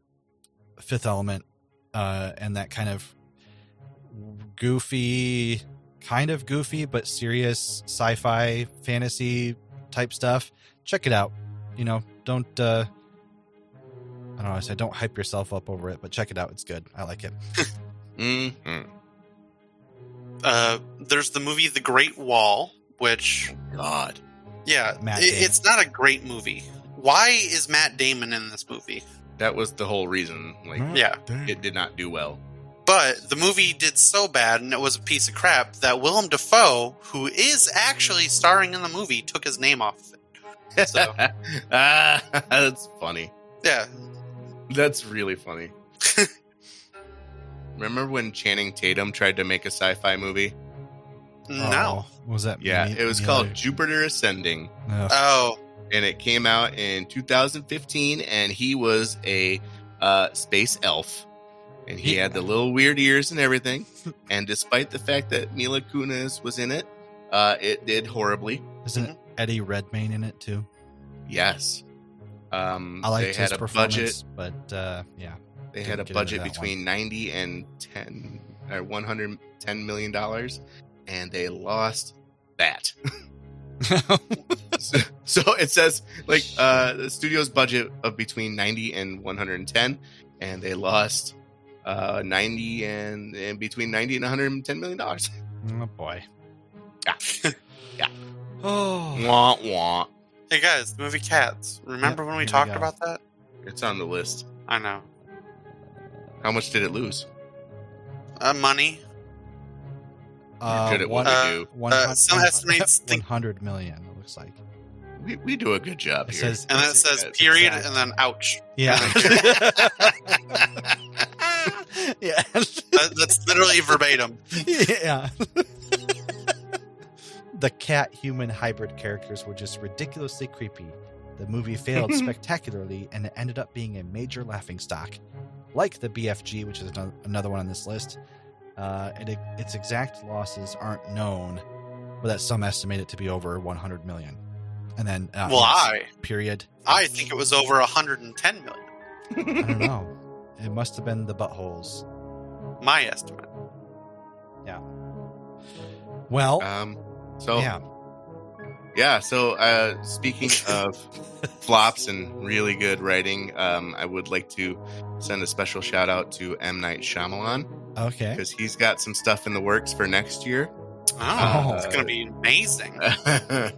Speaker 7: Fifth Element uh, and that kind of goofy, kind of goofy but serious sci-fi fantasy type stuff, check it out. You know, don't. Uh, I don't know. I said don't hype yourself up over it, but check it out. It's good. I like it.
Speaker 6: hmm
Speaker 9: Uh, there's the movie The Great Wall, which
Speaker 6: God.
Speaker 9: yeah,
Speaker 7: Matt
Speaker 9: it-
Speaker 7: Damon.
Speaker 9: it's not a great movie. Why is Matt Damon in this movie?
Speaker 6: That was the whole reason. Like
Speaker 7: Hmm.
Speaker 9: Yeah,
Speaker 6: it did not do well.
Speaker 9: But the movie did so bad and it was a piece of crap that Willem Dafoe, who is actually starring in the movie, took his name off of it. So,
Speaker 6: ah, that's funny.
Speaker 9: yeah.
Speaker 6: That's really funny. Remember when Channing Tatum tried to make a sci-fi movie?
Speaker 9: No.
Speaker 7: Oh, what was that?
Speaker 6: Yeah,
Speaker 7: Me-
Speaker 6: it was
Speaker 7: me
Speaker 6: called Uh,
Speaker 7: other-
Speaker 6: Jupiter Ascending,
Speaker 7: Ugh.
Speaker 9: Oh,
Speaker 6: and it came out in 2015, and he was a uh, space elf, and he
Speaker 7: He-
Speaker 6: had the little weird ears and everything. and despite the fact that Mila Kunis was in it, uh, it did horribly.
Speaker 7: Isn't
Speaker 6: mm-hmm.
Speaker 7: Eddie Redmayne in it too?
Speaker 6: Yes, um,
Speaker 7: I liked
Speaker 6: they had
Speaker 7: his
Speaker 6: a budget.
Speaker 7: performance, but uh, yeah,
Speaker 6: They
Speaker 7: Didn't
Speaker 6: had a
Speaker 7: get into
Speaker 6: budget
Speaker 7: that one.
Speaker 6: between 90 and 10 or 110 million dollars and they lost that. so, so it says like uh the studio's budget of between 90 and 110 and they lost uh 90 and, and between 90 and 110 million dollars.
Speaker 7: oh boy.
Speaker 6: Yeah. Yeah.
Speaker 7: Oh,
Speaker 6: wah wah.
Speaker 9: hey guys, the movie Cats. Remember when
Speaker 7: Yep, here
Speaker 9: we
Speaker 7: we
Speaker 9: talked
Speaker 7: go.
Speaker 9: about that?
Speaker 6: It's on the list.
Speaker 9: I know.
Speaker 6: How much did it lose?
Speaker 9: Uh, money.
Speaker 7: uh,
Speaker 6: Good at what
Speaker 9: one-
Speaker 6: we do.
Speaker 7: one
Speaker 9: Uh,
Speaker 7: hun-
Speaker 9: some
Speaker 7: one-
Speaker 9: estimates
Speaker 7: one
Speaker 9: think-
Speaker 7: hundred million. It looks like
Speaker 6: We, we do a good job
Speaker 7: it
Speaker 6: here.
Speaker 7: says.
Speaker 9: And then it
Speaker 7: it's-
Speaker 9: says
Speaker 6: Yes,
Speaker 9: period
Speaker 7: exactly.
Speaker 9: and then ouch.
Speaker 7: yeah, yeah,
Speaker 6: Uh,
Speaker 9: That, that's literally verbatim.
Speaker 7: yeah. the cat-human hybrid characters were just ridiculously creepy. The movie failed spectacularly, and it ended up being a major laughingstock. Like the BFG, which is ano- another one on this list, uh, and it, its exact losses aren't known, but that some estimate it to be over 100 million. And then, uh,
Speaker 9: Well,
Speaker 7: yes,
Speaker 9: I
Speaker 7: period.
Speaker 9: I think it was over 110 million.
Speaker 7: I don't know. It must have been the buttholes.
Speaker 9: my estimate.
Speaker 7: Well,
Speaker 6: Um, so
Speaker 7: oh. yeah.
Speaker 6: Yeah. So, uh, speaking of flops and really good writing, um, I would like to send a special shout out to M Night Shyamalan
Speaker 7: Okay.
Speaker 6: because he's got some stuff in the works for next year.
Speaker 9: Oh, it's
Speaker 6: Uh,
Speaker 9: gonna be amazing.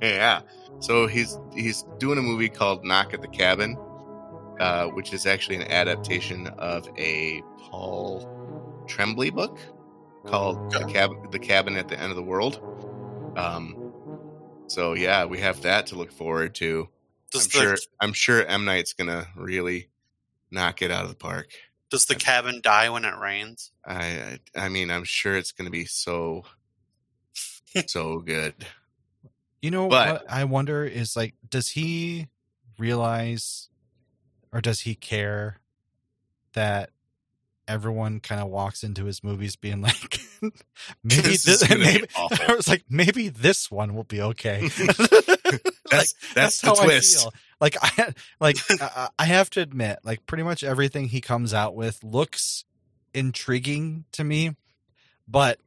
Speaker 6: yeah. So he's he's doing a movie called Knock at the Cabin, uh, which is actually an adaptation of a Paul Tremblay book called the, Cab- the Cabin at the End of the World. Um, so yeah, we have that to look forward to.
Speaker 9: Does
Speaker 6: I'm
Speaker 9: the
Speaker 6: sure I'm sure M Night's gonna really knock it out of the park.
Speaker 9: does the cabin die when it rains?
Speaker 6: I I I mean I'm sure it's gonna be so so good.
Speaker 7: You know
Speaker 6: But-
Speaker 7: what I wonder is like, does he realize or does he care that everyone kind of walks into his movies being like, maybe
Speaker 6: This
Speaker 7: this,
Speaker 6: is gonna be
Speaker 7: maybe,
Speaker 6: awful.
Speaker 7: I was like, maybe this one will be okay.
Speaker 6: That's that's, the twist.
Speaker 7: I feel. Like I like I, I have to admit, like pretty much everything he comes out with looks intriguing to me, but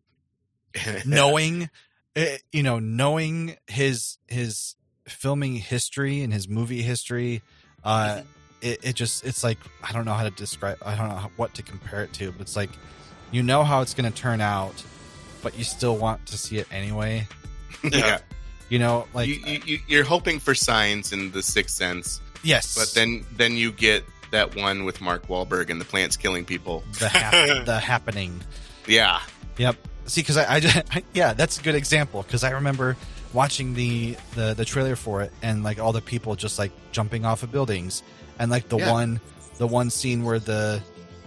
Speaker 7: knowing eh, you know knowing his his filming history and his movie history uh
Speaker 6: Mm-hmm.
Speaker 7: it, it just it's like i don't know how to describe i don't know how- what to compare it to but it's like you know how it's going to turn out but you still want to see it anyway
Speaker 6: yeah.
Speaker 7: you know like
Speaker 6: you, you, you, you're hoping for signs in the Sixth Sense,
Speaker 7: yes
Speaker 6: but then then you get that one with Mark Wahlberg and the plants killing people.
Speaker 7: the, hap- the happening
Speaker 6: Yeah,
Speaker 7: Yep. See, because I, I, just- yeah, that's a good example. Because I remember watching the, the the trailer for it and like all the people just like jumping off of buildings and like the
Speaker 6: Yeah.
Speaker 7: one the one scene where the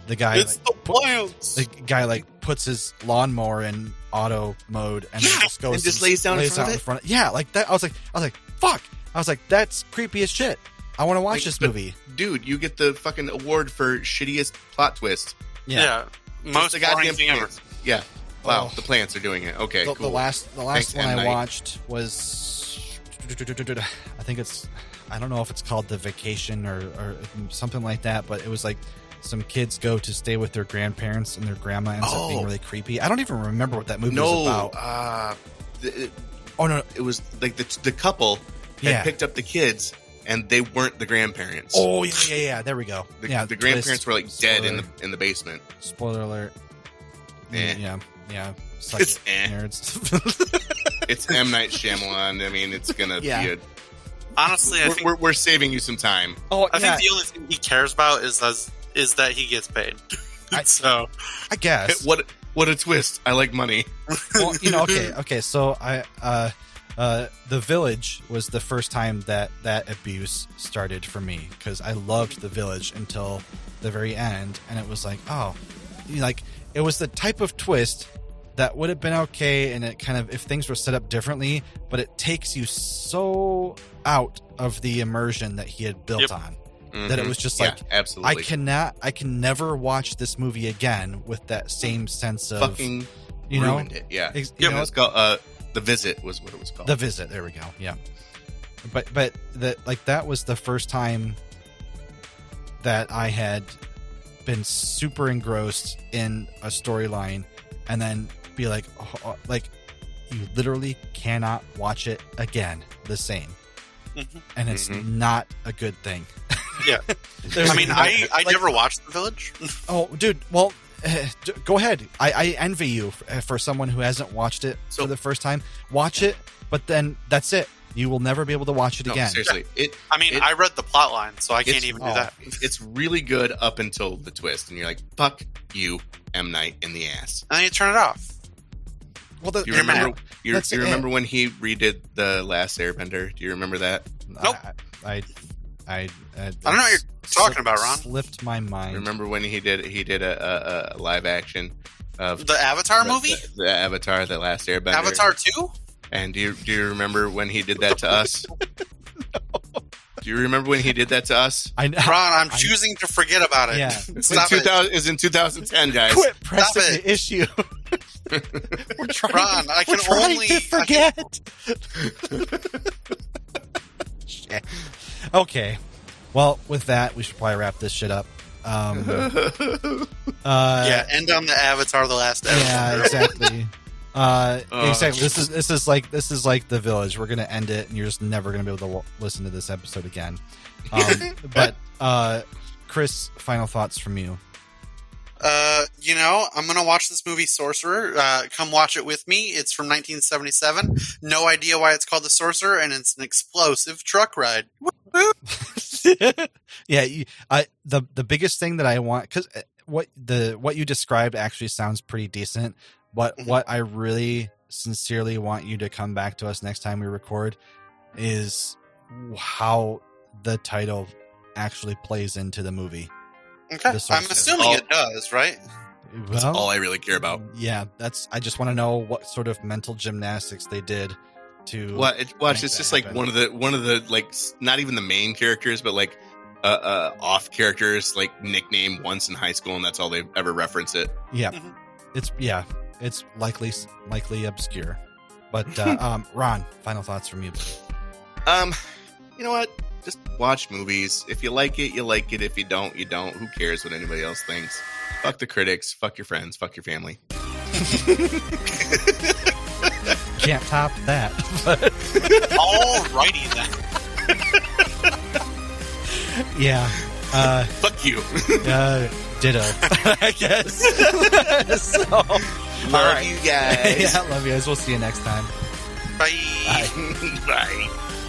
Speaker 7: the guy
Speaker 9: it's
Speaker 7: like,
Speaker 9: the plants.
Speaker 7: the guy like puts his lawnmower in auto mode and then
Speaker 6: Yeah,
Speaker 7: just goes
Speaker 6: and just lays down in front of it.
Speaker 7: front. Yeah, like that. I was like, I was like, fuck. I was like, that's creepy as shit. I want to watch
Speaker 6: Like,
Speaker 7: this
Speaker 6: but-
Speaker 7: movie.
Speaker 6: dude, you get the fucking award for shittiest plot twist.
Speaker 7: yeah.
Speaker 9: yeah.
Speaker 6: It's
Speaker 9: most
Speaker 6: the
Speaker 9: boring
Speaker 6: goddamn
Speaker 9: thing ever.
Speaker 6: plants. Yeah. Wow,
Speaker 7: Oh.
Speaker 6: the plants are doing it. Okay,
Speaker 7: the, the
Speaker 6: cool.
Speaker 7: last the last
Speaker 6: Thanks,
Speaker 7: one
Speaker 6: M.
Speaker 7: I
Speaker 6: Night.
Speaker 7: watched was I think it's I don't know if it's called the vacation or, or something like that, but it was like some kids go to stay with their grandparents and their grandma ends up being
Speaker 6: Oh.
Speaker 7: really creepy. I don't even remember what that movie
Speaker 6: no,
Speaker 7: was about.
Speaker 6: uh, the,
Speaker 7: Oh no, no.
Speaker 6: it was like the the couple had
Speaker 7: yeah.
Speaker 6: picked up the kids and they weren't the grandparents.
Speaker 7: Oh yeah, yeah, yeah. There we go.
Speaker 6: the,
Speaker 7: yeah,
Speaker 6: the grandparents
Speaker 7: twist.
Speaker 6: were like dead in the
Speaker 7: Spoiler.
Speaker 6: in the basement.
Speaker 7: spoiler alert. Mm-hmm.
Speaker 6: Eh.
Speaker 7: Yeah, yeah. Suck
Speaker 6: It's
Speaker 7: it,
Speaker 6: eh.
Speaker 7: nerds.
Speaker 6: It's M Night Shyamalan. I mean, it's gonna
Speaker 7: Yeah.
Speaker 6: be a
Speaker 9: Honestly, I
Speaker 6: we're,
Speaker 9: think
Speaker 6: we're, we're saving you some time.
Speaker 7: oh,
Speaker 9: I think the only thing he cares about is that is that he gets paid.
Speaker 7: I-
Speaker 9: so
Speaker 7: I guess.
Speaker 6: What what a twist! I like money.
Speaker 7: well, you know, okay, okay. So I, uh, uh, the village was the first time that that abuse started for me because I loved the village until the very end, and it was like, oh, you know, like it was the type of twist that would have been okay, and it kind of if things were set up differently, but it takes you so out of the immersion that he had built
Speaker 9: Yep.
Speaker 7: on. That it
Speaker 6: Mhm.
Speaker 7: was just
Speaker 6: Yeah,
Speaker 7: like, I
Speaker 6: absolutely.
Speaker 7: cannot, I can never watch this movie again with that same sense of,
Speaker 6: fucking
Speaker 7: you know,
Speaker 6: ruined it. Yeah,
Speaker 7: ex-
Speaker 6: It was called uh, the visit was what it was called.
Speaker 7: the visit there we go yeah but but that like that was the first time that i had been super engrossed in a storyline and then be like oh, oh, like you literally cannot watch it again the same
Speaker 9: Mhm.
Speaker 7: and it's
Speaker 6: Mhm.
Speaker 7: not a good thing
Speaker 9: Yeah.
Speaker 7: There's-
Speaker 9: I mean, I I
Speaker 7: like-
Speaker 9: never watched The Village.
Speaker 7: oh dude well eh, d- go ahead i, I envy you for, eh, for someone who hasn't watched it
Speaker 6: So-
Speaker 7: for the first time watch it but then that's it you will never be able to watch it
Speaker 6: No,
Speaker 7: again
Speaker 6: seriously, it
Speaker 9: I mean,
Speaker 6: It-
Speaker 9: I read the plot line, so I can't
Speaker 6: it's-
Speaker 9: even do
Speaker 7: oh.
Speaker 9: that.
Speaker 6: it's really good up until the twist, and you're like, fuck you, M Night in the ass.
Speaker 9: And then you turn it off.
Speaker 7: Well, the,
Speaker 6: You
Speaker 7: the-
Speaker 6: remember? You,
Speaker 7: That's
Speaker 6: you
Speaker 7: it.
Speaker 9: eh.
Speaker 6: remember when he redid the Last Airbender? Do you remember that?
Speaker 9: Nope.
Speaker 7: I, I, I, I
Speaker 9: don't know what you're talking about, Ron.
Speaker 7: Slipped my mind.
Speaker 6: Remember when he did he did a, a, a live action of
Speaker 9: The Avatar
Speaker 6: the-
Speaker 9: movie,
Speaker 6: the, the Avatar, the Last Airbender,
Speaker 9: Avatar Two.
Speaker 6: And do you do you remember when he did that to us? Do you remember when he did that to us?
Speaker 7: I know.
Speaker 9: Ron, I'm
Speaker 7: I-
Speaker 9: choosing to forget about it.
Speaker 7: Yeah.
Speaker 6: It's in
Speaker 9: Stop
Speaker 6: two
Speaker 9: it.
Speaker 6: thousand. It's in two thousand ten, guys.
Speaker 7: Quit pressing
Speaker 9: it.
Speaker 7: the issue. we're trying.
Speaker 9: Ron,
Speaker 7: to,
Speaker 9: I
Speaker 7: we're
Speaker 9: can
Speaker 7: trying
Speaker 9: only- I
Speaker 7: to
Speaker 9: can-
Speaker 7: forget. Shit. okay. Well, with that, we should probably wrap this shit up. Um, uh,
Speaker 9: yeah, end on the Avatar: The Last
Speaker 7: yeah,
Speaker 9: Avatar.
Speaker 7: exactly. Uh,
Speaker 6: Oh,
Speaker 7: exactly. This is this is like this is like the village. We're gonna end it, and you're just never gonna be able to w- listen to this episode again. Um, but uh, Chris, final thoughts from you.
Speaker 9: Uh, you know, I'm gonna watch this movie Sorcerer. Uh, come watch it with me. It's from 1977. No idea why it's called The Sorcerer, and it's an explosive truck ride.
Speaker 7: yeah, you, I the the biggest thing that I want because what the what you described actually sounds pretty decent. But
Speaker 6: Mm-hmm.
Speaker 9: Mhm.
Speaker 7: what I really sincerely want you to come back to us next time we record is how the title actually plays into the movie.
Speaker 9: Okay,
Speaker 7: The Sorcerer.
Speaker 9: I'm assuming it
Speaker 6: Oh.
Speaker 9: does, right?
Speaker 6: That's all I really care about.
Speaker 7: Yeah, that's. I just want to know what sort of mental gymnastics they did to.
Speaker 6: Well, it, watch,
Speaker 7: Make
Speaker 6: it's
Speaker 7: that
Speaker 6: just like
Speaker 7: happen.
Speaker 6: one of the one of the like s- not even the main characters, but like uh, uh off characters like nickname once in high school, and that's all they ever reference it.
Speaker 7: Yeah,
Speaker 9: Mhm.
Speaker 7: it's yeah, it's likely likely obscure, but uh, um, Ron, final thoughts from you.
Speaker 6: Um, you know what? Just watch movies. If you like it, you like it. If you don't, you don't. Who cares what anybody else thinks? Fuck the critics. Fuck your friends. Fuck your family.
Speaker 7: Can't top that.
Speaker 9: Alrighty then.
Speaker 7: yeah. Uh,
Speaker 6: Fuck you.
Speaker 7: uh, ditto. I guess. so,
Speaker 6: Love
Speaker 7: right.
Speaker 6: you
Speaker 7: yeah,
Speaker 6: guys.
Speaker 7: love you guys. We'll see you next time.
Speaker 9: Bye.
Speaker 6: Bye.